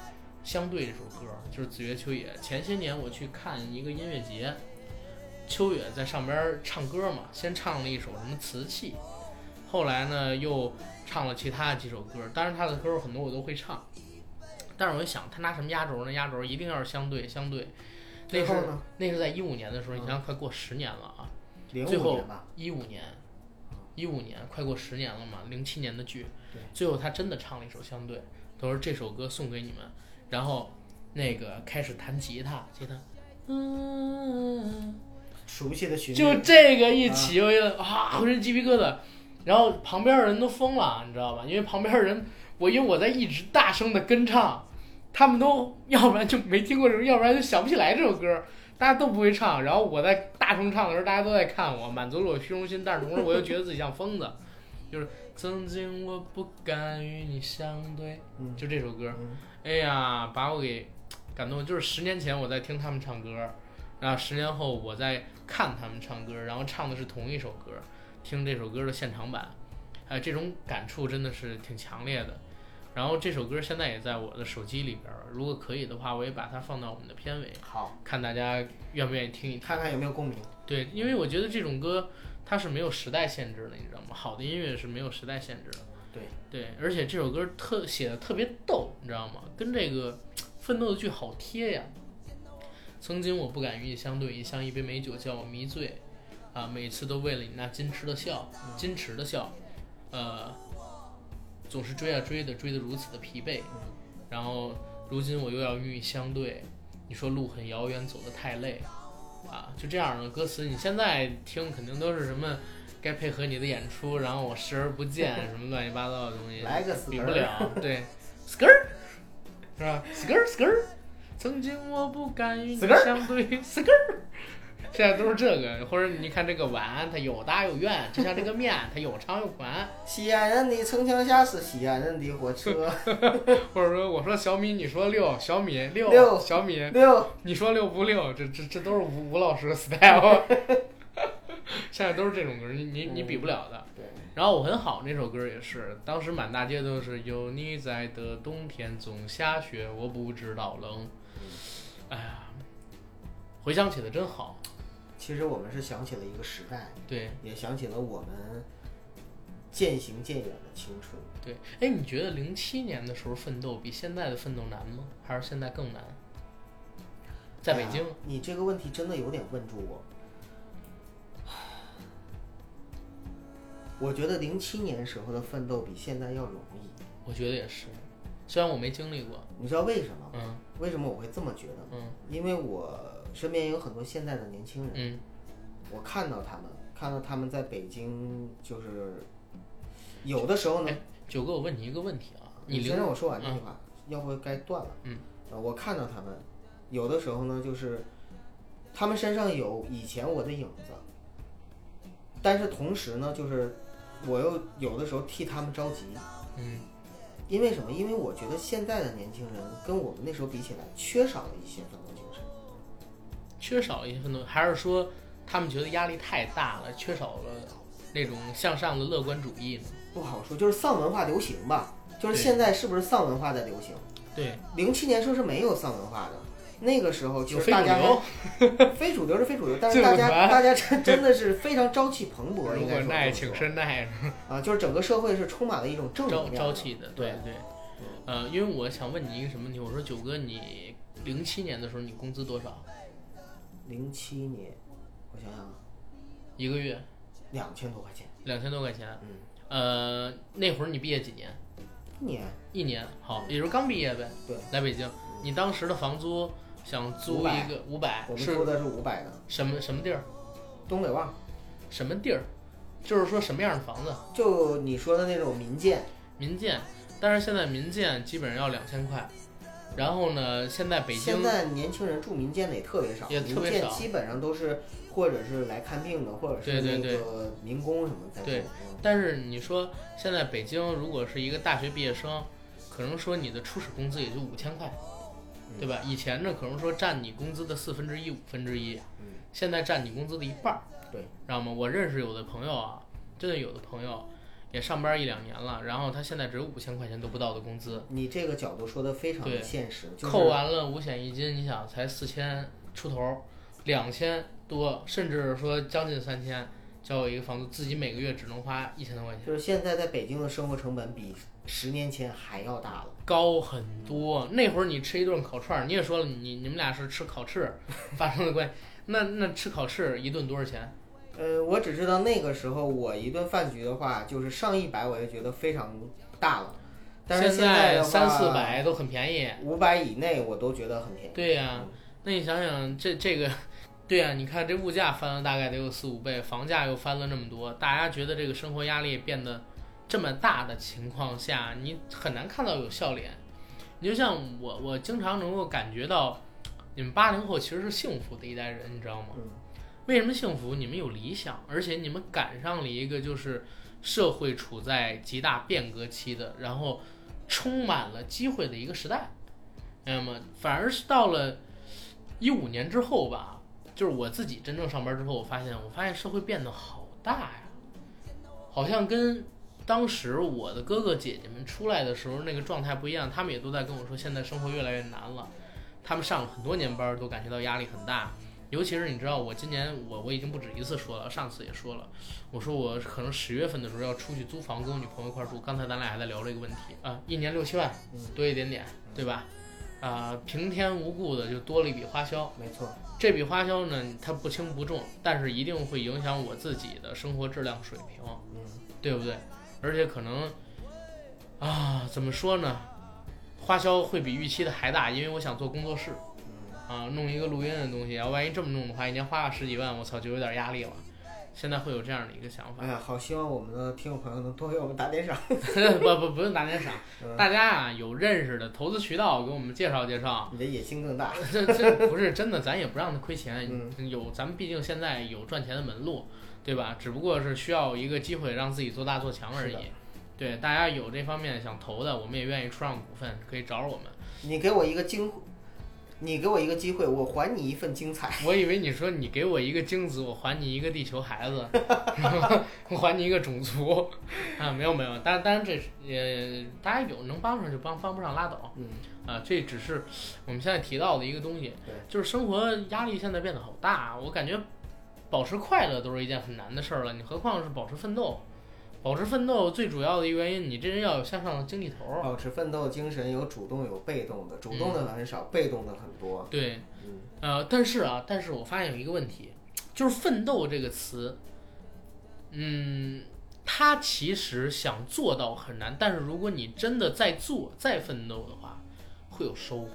[SPEAKER 1] 相对》这首歌，就是子曰秋野。前些年我去看一个音乐节，秋野在上边儿唱歌嘛，先唱了一首什么《瓷器》，后来呢又唱了其他几首歌。当然他的歌很多我都会唱，但是我一想他拿什么压轴呢？压轴一定要是《相对》，《相对》。那
[SPEAKER 2] 最后
[SPEAKER 1] 是
[SPEAKER 2] 呢，嗯
[SPEAKER 1] 那是在一五年的时候，你想想快过十年了啊！
[SPEAKER 2] 零
[SPEAKER 1] 最
[SPEAKER 2] 五
[SPEAKER 1] 后
[SPEAKER 2] 年吧，
[SPEAKER 1] 一五年，一五年快过十年了嘛，零七年的剧
[SPEAKER 2] 对，
[SPEAKER 1] 最后他真的唱了一首《相对》，他说这首歌送给你们，然后那个开始弹吉他，吉他，嗯，
[SPEAKER 2] 熟悉的旋律，
[SPEAKER 1] 就这个一起，我就啊浑身鸡皮疙瘩，然后旁边的人都疯了，你知道吧？因为旁边的人，我因为我在一直大声的跟唱，他们都要不然就没听过这首，要不然就想不起来这首歌，大家都不会唱。然后我在大声唱的时候，大家都在看我，满足了我虚荣心，但是同时我又觉得自己像疯子，就是曾经我不敢与你相对，
[SPEAKER 2] 嗯
[SPEAKER 1] 就这首歌。
[SPEAKER 2] 嗯
[SPEAKER 1] 哎呀，把我给感动。就是十年前我在听他们唱歌，然后十年后我在看他们唱歌，然后唱的是同一首歌，听这首歌的现场版，哎，这种感触真的是挺强烈的。然后这首歌现在也在我的手机里边儿，如果可以的话，我也把它放到我们的片尾，
[SPEAKER 2] 好，
[SPEAKER 1] 看大家愿不愿意听一听。
[SPEAKER 2] 看看有没有共鸣。
[SPEAKER 1] 对，因为我觉得这种歌它是没有时代限制的，你知道吗？好的音乐是没有时代限制的。
[SPEAKER 2] 对
[SPEAKER 1] 对，而且这首歌特写的特别逗，你知道吗？跟这个嘖奋斗的句好贴呀。曾经我不敢与你相对，一像一杯美酒叫我迷醉，啊，每次都为了你那矜持的笑，矜持的笑，呃，总是追啊追的，追得如此的疲惫。
[SPEAKER 2] 嗯
[SPEAKER 1] 然后如今我又要与你相对，你说路很遥远，走得太累，啊，就这样的歌词，你现在听肯定都是什么。该配合你的演出，然后我视而不见， 什么乱七八糟的东西，
[SPEAKER 2] 来个死
[SPEAKER 1] 比
[SPEAKER 2] 人
[SPEAKER 1] 不
[SPEAKER 2] 儿
[SPEAKER 1] 了。对，skr i 是吧？skr skr，曾 经我不敢与你
[SPEAKER 2] skr
[SPEAKER 1] 相对，skr，现在都是这个，或者你看这个碗，它有大有圆，就像这个面，它有长有 宽。
[SPEAKER 2] 西安人的城墙下是西安人的火车。
[SPEAKER 1] 或者说我说小米，你说六，小米六，
[SPEAKER 2] 六
[SPEAKER 1] 小米，
[SPEAKER 2] 六，
[SPEAKER 1] 你说六不六？这这这都是吴吴老师的 style，现在都是这种歌，你你你比不了的。
[SPEAKER 2] 对，
[SPEAKER 1] 然后我很好那首歌也是，当时满大街都是有你在的冬天总下雪，我不知道冷。哎呀，回想起来真好。
[SPEAKER 2] 其实我们是想起了一个时代，
[SPEAKER 1] 对
[SPEAKER 2] 也想起了我们渐行渐远的青春。
[SPEAKER 1] 对，哎，你觉得零七年的时候奋斗比现在的奋斗难吗？还是现在更难？在北京
[SPEAKER 2] 哎呀，你这个问题真的有点问住我。 我觉得零七年时候的奋斗比现在要容易，
[SPEAKER 1] 我觉得也是，虽然我没经历过。
[SPEAKER 2] 你知道为什么吗？
[SPEAKER 1] 嗯
[SPEAKER 2] 为什么我会这么觉得吗？
[SPEAKER 1] 嗯
[SPEAKER 2] 因为我身边有很多现在的年轻人，
[SPEAKER 1] 嗯
[SPEAKER 2] 我看到他们，看到他们在北京，就是有的时候呢，
[SPEAKER 1] 九哥，我问你一个问题啊，你
[SPEAKER 2] 先
[SPEAKER 1] 零
[SPEAKER 2] 让我说完这句话，要不该断了。
[SPEAKER 1] 嗯
[SPEAKER 2] 呃，我看到他们，有的时候呢，就是他们身上有以前我的影子，但是同时呢，就是我又有的时候替他们着急，
[SPEAKER 1] 嗯
[SPEAKER 2] 因为什么？因为我觉得现在的年轻人跟我们那时候比起来，缺少了一些奋斗精神。
[SPEAKER 1] 缺少一些奋斗，还是说他们觉得压力太大了，缺少了那种向上的乐观主义呢？
[SPEAKER 2] 不好说，就是丧文化流行吧，就是
[SPEAKER 1] 对
[SPEAKER 2] 现在是不是丧文化在流行？
[SPEAKER 1] 对，
[SPEAKER 2] 零七年时候是没有丧文化的，那个时候
[SPEAKER 1] 有
[SPEAKER 2] 就是
[SPEAKER 1] 非
[SPEAKER 2] 大
[SPEAKER 1] 主
[SPEAKER 2] 家
[SPEAKER 1] 流，
[SPEAKER 2] 非主流是非主流，但
[SPEAKER 1] 最
[SPEAKER 2] 是大
[SPEAKER 1] 稳
[SPEAKER 2] 家
[SPEAKER 1] 吧
[SPEAKER 2] 大家真真的是非常朝气蓬勃，
[SPEAKER 1] 如
[SPEAKER 2] 应该
[SPEAKER 1] 果
[SPEAKER 2] 说
[SPEAKER 1] 耐，
[SPEAKER 2] 这么
[SPEAKER 1] 请
[SPEAKER 2] 说
[SPEAKER 1] 深耐，
[SPEAKER 2] 啊，就是整个社会是充满了一种正能
[SPEAKER 1] 朝
[SPEAKER 2] 量的
[SPEAKER 1] 朝气的，对
[SPEAKER 2] 对
[SPEAKER 1] 对。呃，因为我想问你一个什么问题？我说九哥，你零七年的时候你工资多少
[SPEAKER 2] 零七年，我想想啊，
[SPEAKER 1] 一个月？
[SPEAKER 2] 两千多块钱，
[SPEAKER 1] 两千多块钱。
[SPEAKER 2] 嗯，
[SPEAKER 1] 呃，那会儿你毕业几年？
[SPEAKER 2] 一年
[SPEAKER 1] 一年，好，也就是刚毕业呗。
[SPEAKER 2] 对，
[SPEAKER 1] 来北京，你当时的房租想租
[SPEAKER 2] 500
[SPEAKER 1] 一个五百
[SPEAKER 2] 我们
[SPEAKER 1] 哎是
[SPEAKER 2] 租的是五百的，
[SPEAKER 1] 什么什么地儿？
[SPEAKER 2] 东北旺，
[SPEAKER 1] 什么地儿？就是说什么样的房子？
[SPEAKER 2] 就你说的那种民建，
[SPEAKER 1] 民建，但是现在民建基本上要两千块。然后呢，现在北京
[SPEAKER 2] 现在年轻人住民建的也特别少，
[SPEAKER 1] 也特别
[SPEAKER 2] 民
[SPEAKER 1] 少
[SPEAKER 2] 建基本上都是或者是来看病的，或者是
[SPEAKER 1] 对对
[SPEAKER 2] 那
[SPEAKER 1] 对
[SPEAKER 2] 个民工什么在住。
[SPEAKER 1] 对但是你说现在北京如果是一个大学毕业生，可能说你的初始工资也就五千块，
[SPEAKER 2] 嗯
[SPEAKER 1] 对吧？以前呢，可能说占你工资的四分之一、五分之一，
[SPEAKER 2] 嗯
[SPEAKER 1] 现在占你工资的一半儿，
[SPEAKER 2] 对，
[SPEAKER 1] 知道吗？我认识有的朋友啊，真的有的朋友也上班一两年了，然后他现在只有五千块钱都不到的工资，
[SPEAKER 2] 你这个角度说的非常
[SPEAKER 1] 对
[SPEAKER 2] 的现实，就是
[SPEAKER 1] 扣完了五险一金，你想才四千出头，两千多，甚至说将近三千，交一个房租，自己每个月只能花一千多块钱，
[SPEAKER 2] 就是现在在北京的生活成本比十年前还要大了。
[SPEAKER 1] 高很多。哦那会儿你吃一顿烤串儿，你也说了，你你们俩是吃烤翅发生的关系，那那吃烤翅一顿多少钱？
[SPEAKER 2] 呃，我只知道那个时候我一顿饭局的话，就是上一百，我就觉得非常大了。 但是
[SPEAKER 1] 现
[SPEAKER 2] 在的话
[SPEAKER 1] 三四、百都很便宜。
[SPEAKER 2] 五百以内我都觉得很便宜。
[SPEAKER 1] 对呀、
[SPEAKER 2] 嗯
[SPEAKER 1] 那你想想这这个，对啊呀、你看这物价翻了大概得有四五倍，房价又翻了那么多，大家觉得这个生活压力变得这么大的情况下，你很难看到有笑脸。你就像我，我经常能够感觉到，你们八零后其实是幸福的一代人，你知道吗？
[SPEAKER 2] 嗯
[SPEAKER 1] 为什么幸福？你们有理想，而且你们赶上了一个就是社会处在极大变革期的，然后充满了机会的一个时代，明白吗？反而是到了一五年之后吧，就是我自己真正上班之后，我发现，我发现社会变得好大呀，好像跟当时我的哥哥姐姐们出来的时候那个状态不一样，他们也都在跟我说，现在生活越来越难了，他们上了很多年班儿都感觉到压力很大。尤其是你知道，我今年我我已经不止一次说了，上次也说了，我说我可能十月份的时候要出去租房，跟我女朋友一块儿住。刚才咱俩还在聊这个问题啊，一年六七万
[SPEAKER 2] 嗯，
[SPEAKER 1] 多一点点，对吧？啊、平添无故的就多了一笔花销。
[SPEAKER 2] 没错。
[SPEAKER 1] 这笔花销呢，它不轻不重，但是一定会影响我自己的生活质量水平，
[SPEAKER 2] 嗯，
[SPEAKER 1] 对不对？而且可能啊，怎么说呢？花销会比预期的还大，因为我想做工作室。
[SPEAKER 2] 嗯
[SPEAKER 1] 啊，弄一个录音的东西，要万一这么弄的话，一年花个十几万，我操，就有点压力了。现在会有这样的一个想法
[SPEAKER 2] 哎，呀，好希望我们的听众朋友能多给我们打点赏。
[SPEAKER 1] 不不不用打点赏，
[SPEAKER 2] 嗯
[SPEAKER 1] 大家啊有认识的投资渠道给我们介绍介绍。
[SPEAKER 2] 你的野心更大。
[SPEAKER 1] 这这不是真的，咱也不让他亏钱，
[SPEAKER 2] 嗯
[SPEAKER 1] 有咱们毕竟现在有赚钱的门路，对吧？只不过是需要一个机会让自己做大做强而
[SPEAKER 2] 是
[SPEAKER 1] 已
[SPEAKER 2] 的。
[SPEAKER 1] 对，大家有这方面想投的，我们也愿意出让股份，可以找我们。
[SPEAKER 2] 你给我一个惊，你给我一个机会，我还你一份精彩。
[SPEAKER 1] 我以为你说你给我一个精子，我还你一个地球孩子，我还你一个种族 啊！没有没有，但当然这是也大家有能帮上就帮，帮不上拉倒
[SPEAKER 2] 嗯，
[SPEAKER 1] 啊！这只是我们现在提到的一个东西
[SPEAKER 2] 对，
[SPEAKER 1] 就是生活压力现在变得好大，啊我感觉保持快乐都是一件很难的事儿了，你何况是保持奋斗。保持奋斗最主要的一个原因，你这人要有向上的精气头儿。
[SPEAKER 2] 保持奋斗精神，有主动有被动的，主动的很少，被动的很多。
[SPEAKER 1] 对，
[SPEAKER 2] 嗯，
[SPEAKER 1] 呃，但是啊，但是我发现有一个问题，就是“奋斗”这个词，嗯，它其实想做到很难，但是如果你真的在做、在奋斗的话，会有收获。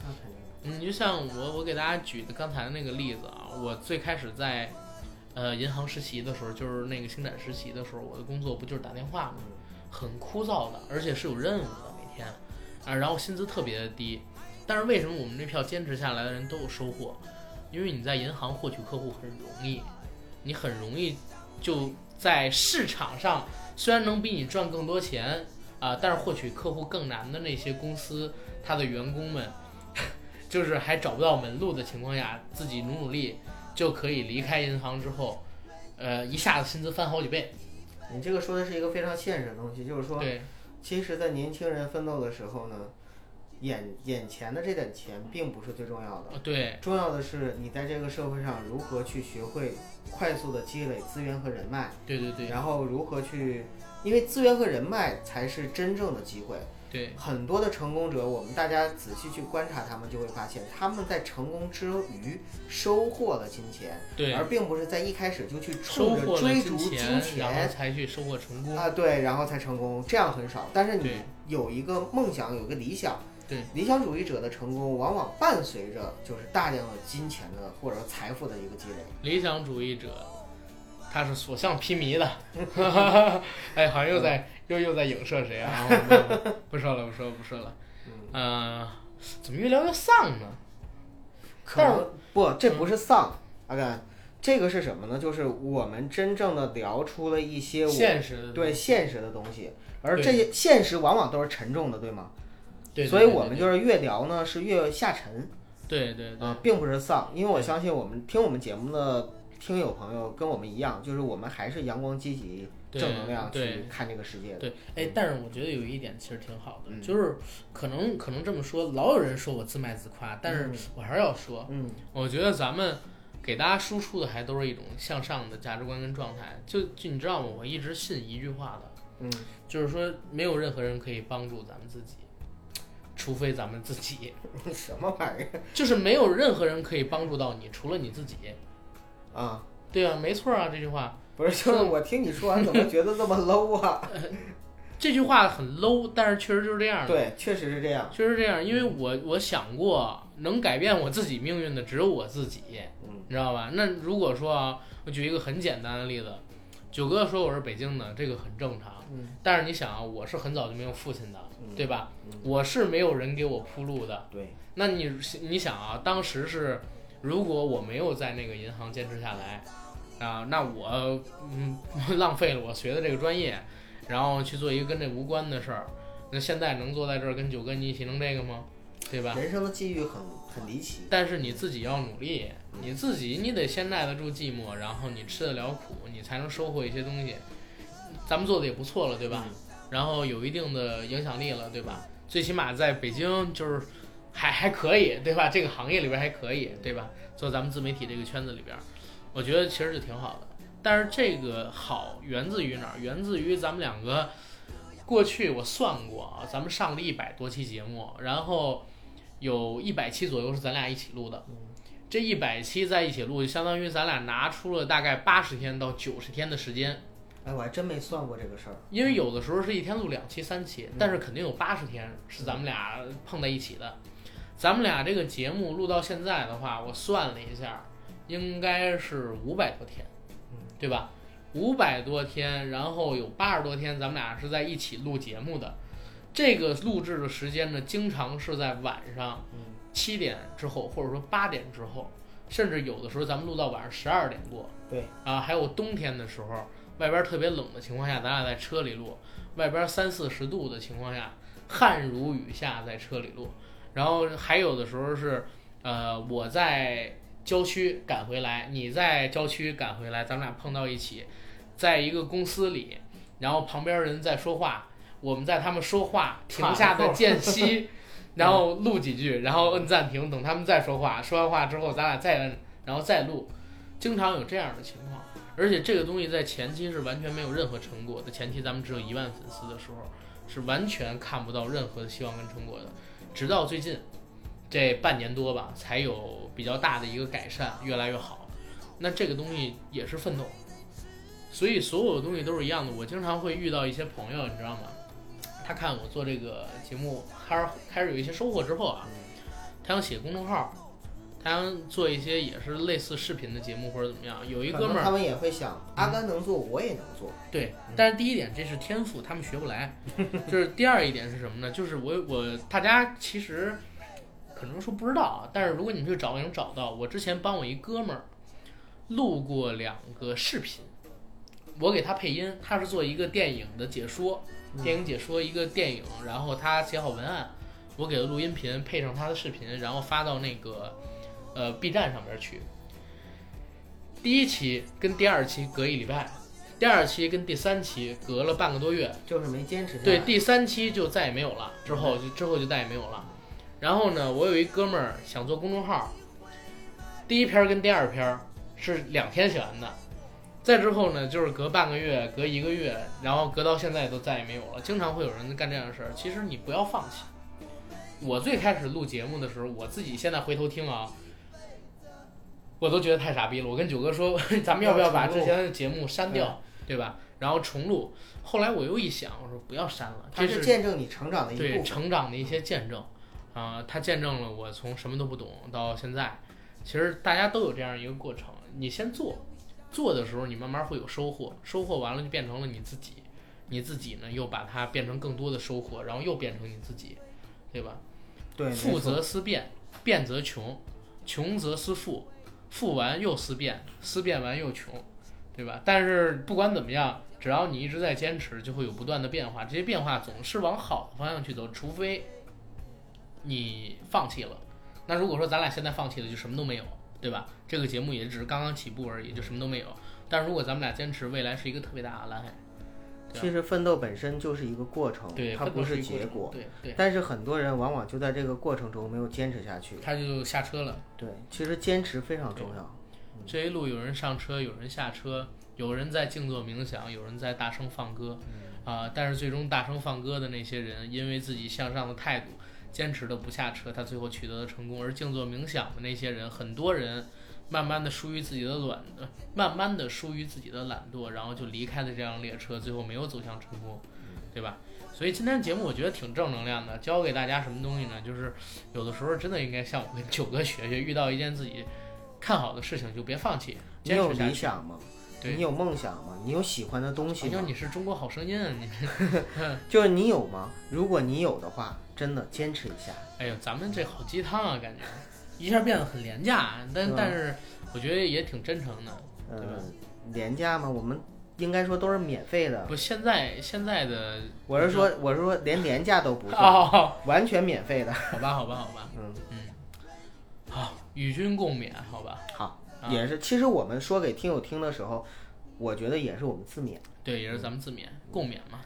[SPEAKER 2] 那肯定。
[SPEAKER 1] 嗯你就像我，我给大家举的刚才那个例子啊，我最开始在呃银行实习的时候，就是那个星展实习的时候，我的工作不就是打电话吗？很枯燥的，而且是有任务的每天，啊，然后薪资特别的低。但是为什么我们这票坚持下来的人都有收获？因为你在银行获取客户很容易，你很容易就在市场上，虽然能比你赚更多钱啊、但是获取客户更难的那些公司，它的员工们就是还找不到门路的情况下，自己努努力就可以离开银行之后，呃，一下子薪资翻好几倍。
[SPEAKER 2] 你这个说的是一个非常现实的东西，就是说，
[SPEAKER 1] 对，
[SPEAKER 2] 其实，在年轻人奋斗的时候呢，眼眼前的这点钱并不是最重要的，
[SPEAKER 1] 呃对，
[SPEAKER 2] 重要的是你在这个社会上如何去学会快速的积累资源和人脉，
[SPEAKER 1] 对对对
[SPEAKER 2] 然后如何去，因为资源和人脉才是真正的机会。
[SPEAKER 1] 对，
[SPEAKER 2] 很多的成功者，我们大家仔细去观察他们，就会发现他们在成功之余收获了金钱，
[SPEAKER 1] 对，
[SPEAKER 2] 而并不是在一开始就去
[SPEAKER 1] 收
[SPEAKER 2] 冲
[SPEAKER 1] 获
[SPEAKER 2] 着
[SPEAKER 1] 了
[SPEAKER 2] 追
[SPEAKER 1] 金
[SPEAKER 2] 逐
[SPEAKER 1] 钱，然后
[SPEAKER 2] 钱
[SPEAKER 1] 才去收获成功。
[SPEAKER 2] 啊，对，然后才成功，这样很少。但是
[SPEAKER 1] 对
[SPEAKER 2] 你有一个梦想，有个理想，
[SPEAKER 1] 对，
[SPEAKER 2] 理想主义者的成功往往伴随着就是大量的金钱的或者财富的一个积累。
[SPEAKER 1] 理想主义者，他是所向披 靡的。哎，好像又
[SPEAKER 2] 嗯
[SPEAKER 1] 在又又在影射谁啊？我
[SPEAKER 2] 哦
[SPEAKER 1] 不说了，不说了，不说了。嗯，怎么越聊越丧呢？
[SPEAKER 2] 可
[SPEAKER 1] 但
[SPEAKER 2] 能不，这
[SPEAKER 1] 嗯
[SPEAKER 2] 不是丧，阿甘，这个是什么呢？就是我们真正的聊出了一些我
[SPEAKER 1] 现实的
[SPEAKER 2] 对现实的东西，而
[SPEAKER 1] 对
[SPEAKER 2] 这些现实往往都是沉重的，对吗？
[SPEAKER 1] 对，对
[SPEAKER 2] 所以我们
[SPEAKER 1] 对
[SPEAKER 2] 就是越聊呢是越下沉
[SPEAKER 1] 对对对
[SPEAKER 2] 啊，并不是丧，因为我相信我们听我们节目的听友朋友跟我们一样，就是我们还是阳光积极、
[SPEAKER 1] 对
[SPEAKER 2] 正能量
[SPEAKER 1] 对
[SPEAKER 2] 去看这个世界的。
[SPEAKER 1] 对，哎，但是我觉得有一点其实挺好的，
[SPEAKER 2] 嗯
[SPEAKER 1] 就是可能可能这么说，老有人说我自卖自夸，但是我还是要说，
[SPEAKER 2] 嗯，
[SPEAKER 1] 我觉得咱们给大家输出的还都是一种向上的价值观跟状态。就就你知道吗？我一直信一句话的，
[SPEAKER 2] 嗯，
[SPEAKER 1] 就是说没有任何人可以帮助咱们自己，除非咱们自己，
[SPEAKER 2] 什么玩意
[SPEAKER 1] 就是没有任何人可以帮助到你，除了你自己。
[SPEAKER 2] 儿啊？
[SPEAKER 1] 对啊，没错啊，这句话
[SPEAKER 2] 不是， 就是我听你说完，怎么觉得这么 low 啊？
[SPEAKER 1] 这句话很 low，但是确实就是这样的。
[SPEAKER 2] 对，确实是这样。
[SPEAKER 1] 就是这样，因为我我想过，能改变我自己命运的只有我自己，
[SPEAKER 2] 嗯
[SPEAKER 1] 你知道吧？那如果说啊，我举一个很简单的例子，九哥说我是北京的，这个很正常。
[SPEAKER 2] 嗯，
[SPEAKER 1] 但是你想啊，我是很早就没有父亲的，
[SPEAKER 2] 嗯
[SPEAKER 1] 对吧？
[SPEAKER 2] 嗯
[SPEAKER 1] 我是没有人给我铺路的。
[SPEAKER 2] 对，
[SPEAKER 1] 那你你想啊，当时是如果我没有在那个银行坚持下来啊，那我嗯 浪费了我学的这个专业，然后去做一个跟这无关的事儿，那现在能坐在这儿跟九哥你一起弄这个吗？对吧？
[SPEAKER 2] 人生的际遇很很离奇。
[SPEAKER 1] 但是你自己要努力，你自己你得先耐得住寂寞，然后你吃得了苦，你才能收获一些东西。咱们做的也不错了，对吧？
[SPEAKER 2] 嗯
[SPEAKER 1] 然后有一定的影响力了，对吧？最起码在北京就是还还可以，对吧？这个行业里边还可以，对吧？做咱们自媒体这个圈子里边，我觉得其实就挺好的。但是这个好源自于哪儿？源自于咱们两个过去我算过啊，咱们上了一百多期节目，然后有一百期左右是咱俩一起录的。这一百期在一起录，就相当于咱俩拿出了大概八十天到九十天的时间，
[SPEAKER 2] 哎，我还真没算过这个事儿。
[SPEAKER 1] 因为有的时候是一天录两期、三期，但是肯定有八十天是咱们俩碰在一起的。咱们俩这个节目录到现在的话，我算了一下，应该是五百多天，对吧？五百多天，然后有八十多天，咱们俩是在一起录节目的。这个录制的时间呢，经常是在晚上
[SPEAKER 2] 嗯
[SPEAKER 1] 七点之后，或者说八点之后，甚至有的时候咱们录到晚上十二点过。
[SPEAKER 2] 对，
[SPEAKER 1] 啊，还有冬天的时候，外边特别冷的情况下，咱俩在车里录；外边三四十度的情况下，汗如雨下在车里录。然后还有的时候是，呃，我在郊区赶回来，你在郊区赶回来，咱们俩碰到一起，在一个公司里，然后旁边人在说话，我们在他们说话停下的间隙，然后录几句，然后摁暂停，等他们再说话，说完话之后，咱俩再摁，然后再录，经常有这样的情况。而且这个东西在前期是完全没有任何成果的，前期咱们只有一万粉丝的时候，是完全看不到任何的希望跟成果的。直到最近这半年多吧，才有比较大的一个改善，越来越好。那这个东西也是奋斗，所以所有的东西都是一样的。我经常会遇到一些朋友，你知道吗？他看我做这个节目，开始开始有一些收获之后啊，他想写公众号，他想做一些也是类似视频的节目或者怎么样。有一
[SPEAKER 2] 可
[SPEAKER 1] 哥们
[SPEAKER 2] 能
[SPEAKER 1] 儿嗯
[SPEAKER 2] 他们也会想，阿甘能做，我也能做。
[SPEAKER 1] 对，但是第一点这是天赋，他们学不来。就是第二一点是什么呢？就是我我大家其实可能说不知道啊，但是如果你们去找，也能找到。我之前帮我一哥们儿录过两个视频，我给他配音，他是做一个电影的解说，电影解说一个电影，然后他写好文案，我给他录音频，配上他的视频，然后发到那个呃 B 站上面去。第一期跟第二期隔一礼拜，第二期跟第三期隔了半个多月，
[SPEAKER 2] 就是没坚持下来。
[SPEAKER 1] 对，第三期就再也没有了，之后就之后就再也没有了。然后呢，我有一哥们儿想做公众号，第一篇儿跟第二篇儿是两天写完的，再之后呢，就是隔半个月、隔一个月，然后隔到现在都再也没有了。经常会有人干这样的事儿，其实你不要放弃。我最开始录节目的时候，我自己现在回头听啊， 我都觉得太傻逼了。我跟九哥说， 咱们要不要把之前的节目删掉，对吧？然后重录。后来我又一想，我说不要删了，
[SPEAKER 2] 它
[SPEAKER 1] 这
[SPEAKER 2] 是
[SPEAKER 1] 是
[SPEAKER 2] 见证你成长的一
[SPEAKER 1] 对
[SPEAKER 2] 部分。
[SPEAKER 1] 成长的一些见证啊、它见证了我从什么都不懂到现在。其实大家都有这样一个过程，你先做，做的时候你慢慢会有收获，收获完了就变成了你自己，你自己呢又把它变成更多的收获，然后又变成你自己，对吧？
[SPEAKER 2] 对，没
[SPEAKER 1] 富
[SPEAKER 2] 错
[SPEAKER 1] 则思变，变则穷，穷则思富，富完又思变，思变完又穷，对吧？但是不管怎么样，只要你一直在坚持，就会有不断的变化。这些变化总是往好的方向去走，除非你放弃了。那如果说咱俩现在放弃了，就什么都没有，对吧？这个节目也只是刚刚起步而已，就什么都没有。但如果咱们俩坚持，未来是一个特别大的蓝海。对啊
[SPEAKER 2] 其实奋斗本身就是一个过程，
[SPEAKER 1] 对，
[SPEAKER 2] 它
[SPEAKER 1] 奋斗
[SPEAKER 2] 不
[SPEAKER 1] 是一个
[SPEAKER 2] 结
[SPEAKER 1] 过程
[SPEAKER 2] 果。。
[SPEAKER 1] 对对，
[SPEAKER 2] 但是很多人往往就在这个过程中没有坚持下去。
[SPEAKER 1] 他就下车了。
[SPEAKER 2] 对，其实坚持非常重要。
[SPEAKER 1] 这一路有人上车，有人下车，有人在静坐冥想，有人在大声放歌，
[SPEAKER 2] 嗯
[SPEAKER 1] 啊、但是最终大声放歌的那些人，因为自己向上的态度，坚持的不下车，他最后取得了成功。而静坐冥想的那些人，很多人慢慢的疏于自己的懒，呃慢慢的疏于自己的懒惰，然后就离开了这辆列车，最后没有走向成功，
[SPEAKER 2] 嗯
[SPEAKER 1] 对吧？所以今天节目我觉得挺正能量的，教给大家什么东西呢？就是有的时候真的应该像我跟九哥学学，遇到一件自己看好的事情就别放弃，
[SPEAKER 2] 你
[SPEAKER 1] 坚
[SPEAKER 2] 有
[SPEAKER 1] 持下
[SPEAKER 2] 理
[SPEAKER 1] 去。
[SPEAKER 2] 想吗？
[SPEAKER 1] 对
[SPEAKER 2] 你有梦想吗？你有喜欢的东
[SPEAKER 1] 好
[SPEAKER 2] 西
[SPEAKER 1] 像
[SPEAKER 2] 吗？
[SPEAKER 1] 你是中国好声音啊！你，
[SPEAKER 2] 就是你有吗？如果你有的话，真的坚持一下。
[SPEAKER 1] 哎呦，咱们这好鸡汤啊，感觉一下变得很廉价，但、
[SPEAKER 2] 嗯
[SPEAKER 1] 但是我觉得也挺真诚的。对吧
[SPEAKER 2] 呃，廉价吗？我们应该说都是免费的。
[SPEAKER 1] 不，现在现在的
[SPEAKER 2] 我是说，我是说连廉价都不算，
[SPEAKER 1] 哦，
[SPEAKER 2] 完全免费的。
[SPEAKER 1] 好吧，好吧，好吧，
[SPEAKER 2] 嗯，
[SPEAKER 1] 好，与君共勉，好吧。
[SPEAKER 2] 好，
[SPEAKER 1] 啊
[SPEAKER 2] 也是。其实我们说给听友听的时候，我觉得也是我们自勉。
[SPEAKER 1] 对，
[SPEAKER 2] 嗯
[SPEAKER 1] 也是咱们自勉共勉嘛。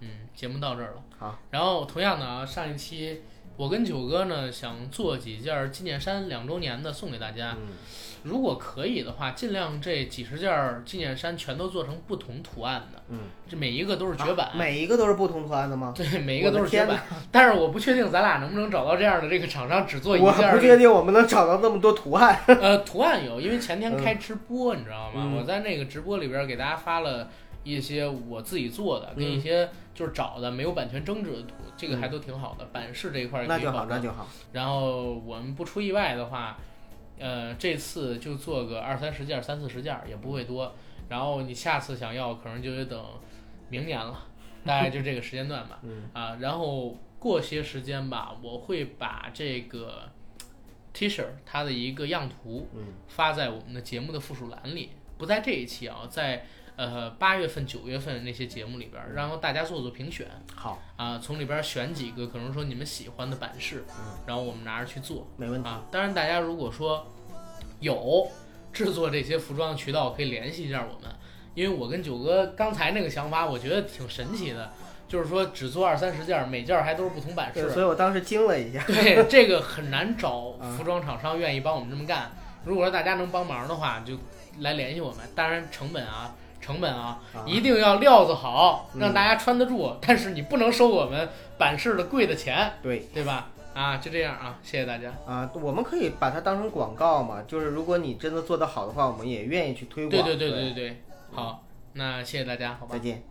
[SPEAKER 1] 嗯，节目到这儿了。
[SPEAKER 2] 好，
[SPEAKER 1] 然后同样的啊，上一期我跟九哥呢想做几件儿纪念衫两周年的送给大家，
[SPEAKER 2] 嗯，
[SPEAKER 1] 如果可以的话，尽量这几十件儿纪念衫全都做成不同图案的，
[SPEAKER 2] 嗯，
[SPEAKER 1] 这每一个都是绝版。
[SPEAKER 2] 啊每一个都是不同图案的吗？
[SPEAKER 1] 对，每一个
[SPEAKER 2] 我的
[SPEAKER 1] 都是绝
[SPEAKER 2] 天
[SPEAKER 1] 版，但是我不确定咱俩能不能找到这样的这个厂商只做一件
[SPEAKER 2] 我
[SPEAKER 1] 儿
[SPEAKER 2] 不确定我们能找到那么多图 案。
[SPEAKER 1] 呃，图案有，因为前天开直播，你知道吗？
[SPEAKER 2] 嗯
[SPEAKER 1] 我在那个直播里边给大家发了一些我自己做的，跟
[SPEAKER 2] 嗯
[SPEAKER 1] 一些就是找的没有版权争执的图，这个还都挺好的。版式这一块儿也
[SPEAKER 2] 那
[SPEAKER 1] 可以
[SPEAKER 2] 就好，
[SPEAKER 1] 保
[SPEAKER 2] 那
[SPEAKER 1] 证。
[SPEAKER 2] 就好。
[SPEAKER 1] 然后我们不出意外的话，呃，这次就做个二三十件儿、三四十件儿，也不会多。然后你下次想要，可能就得等明年 了，大概就这个时间段吧。
[SPEAKER 2] 嗯
[SPEAKER 1] 啊，然后过些时间吧，我会把这个 T 恤儿它的一个样图，
[SPEAKER 2] 嗯，
[SPEAKER 1] 发在我们的节目的附属栏里，不在这一期啊，在呃八月份、九月份那些节目里
[SPEAKER 2] 嗯
[SPEAKER 1] 边儿，然后大家做做评选
[SPEAKER 2] 好，
[SPEAKER 1] 啊，从里边儿选几个可能说你们喜欢的版式，
[SPEAKER 2] 嗯
[SPEAKER 1] 然后我们拿着去做
[SPEAKER 2] 没问题。
[SPEAKER 1] 啊。当然，大家如果说有制作这些服装的渠道，可以联系一下我们，因为我跟九哥刚才那个想法，我觉得挺神奇的，就是说只做二三十件儿，每件儿还都是不同版式
[SPEAKER 2] 对，，所以我当时惊了一下。
[SPEAKER 1] 对，这个很难找
[SPEAKER 2] 啊
[SPEAKER 1] 服装厂商愿意帮我们这么干。如果说大家能帮忙的话，就来联系我们。当然成本啊，成本啊，
[SPEAKER 2] 啊
[SPEAKER 1] 一定要料子好，
[SPEAKER 2] 嗯
[SPEAKER 1] 让大家穿得住。但是你不能收我们版式的贵的钱，
[SPEAKER 2] 对
[SPEAKER 1] 对吧？啊，就这样啊，谢谢大家。
[SPEAKER 2] 啊，我们可以把它当成广告嘛，就是如果你真的做得好的话，我们也愿意去推广。
[SPEAKER 1] 对对对
[SPEAKER 2] 对
[SPEAKER 1] 对对，好，那谢谢大家，好吧
[SPEAKER 2] 再。见。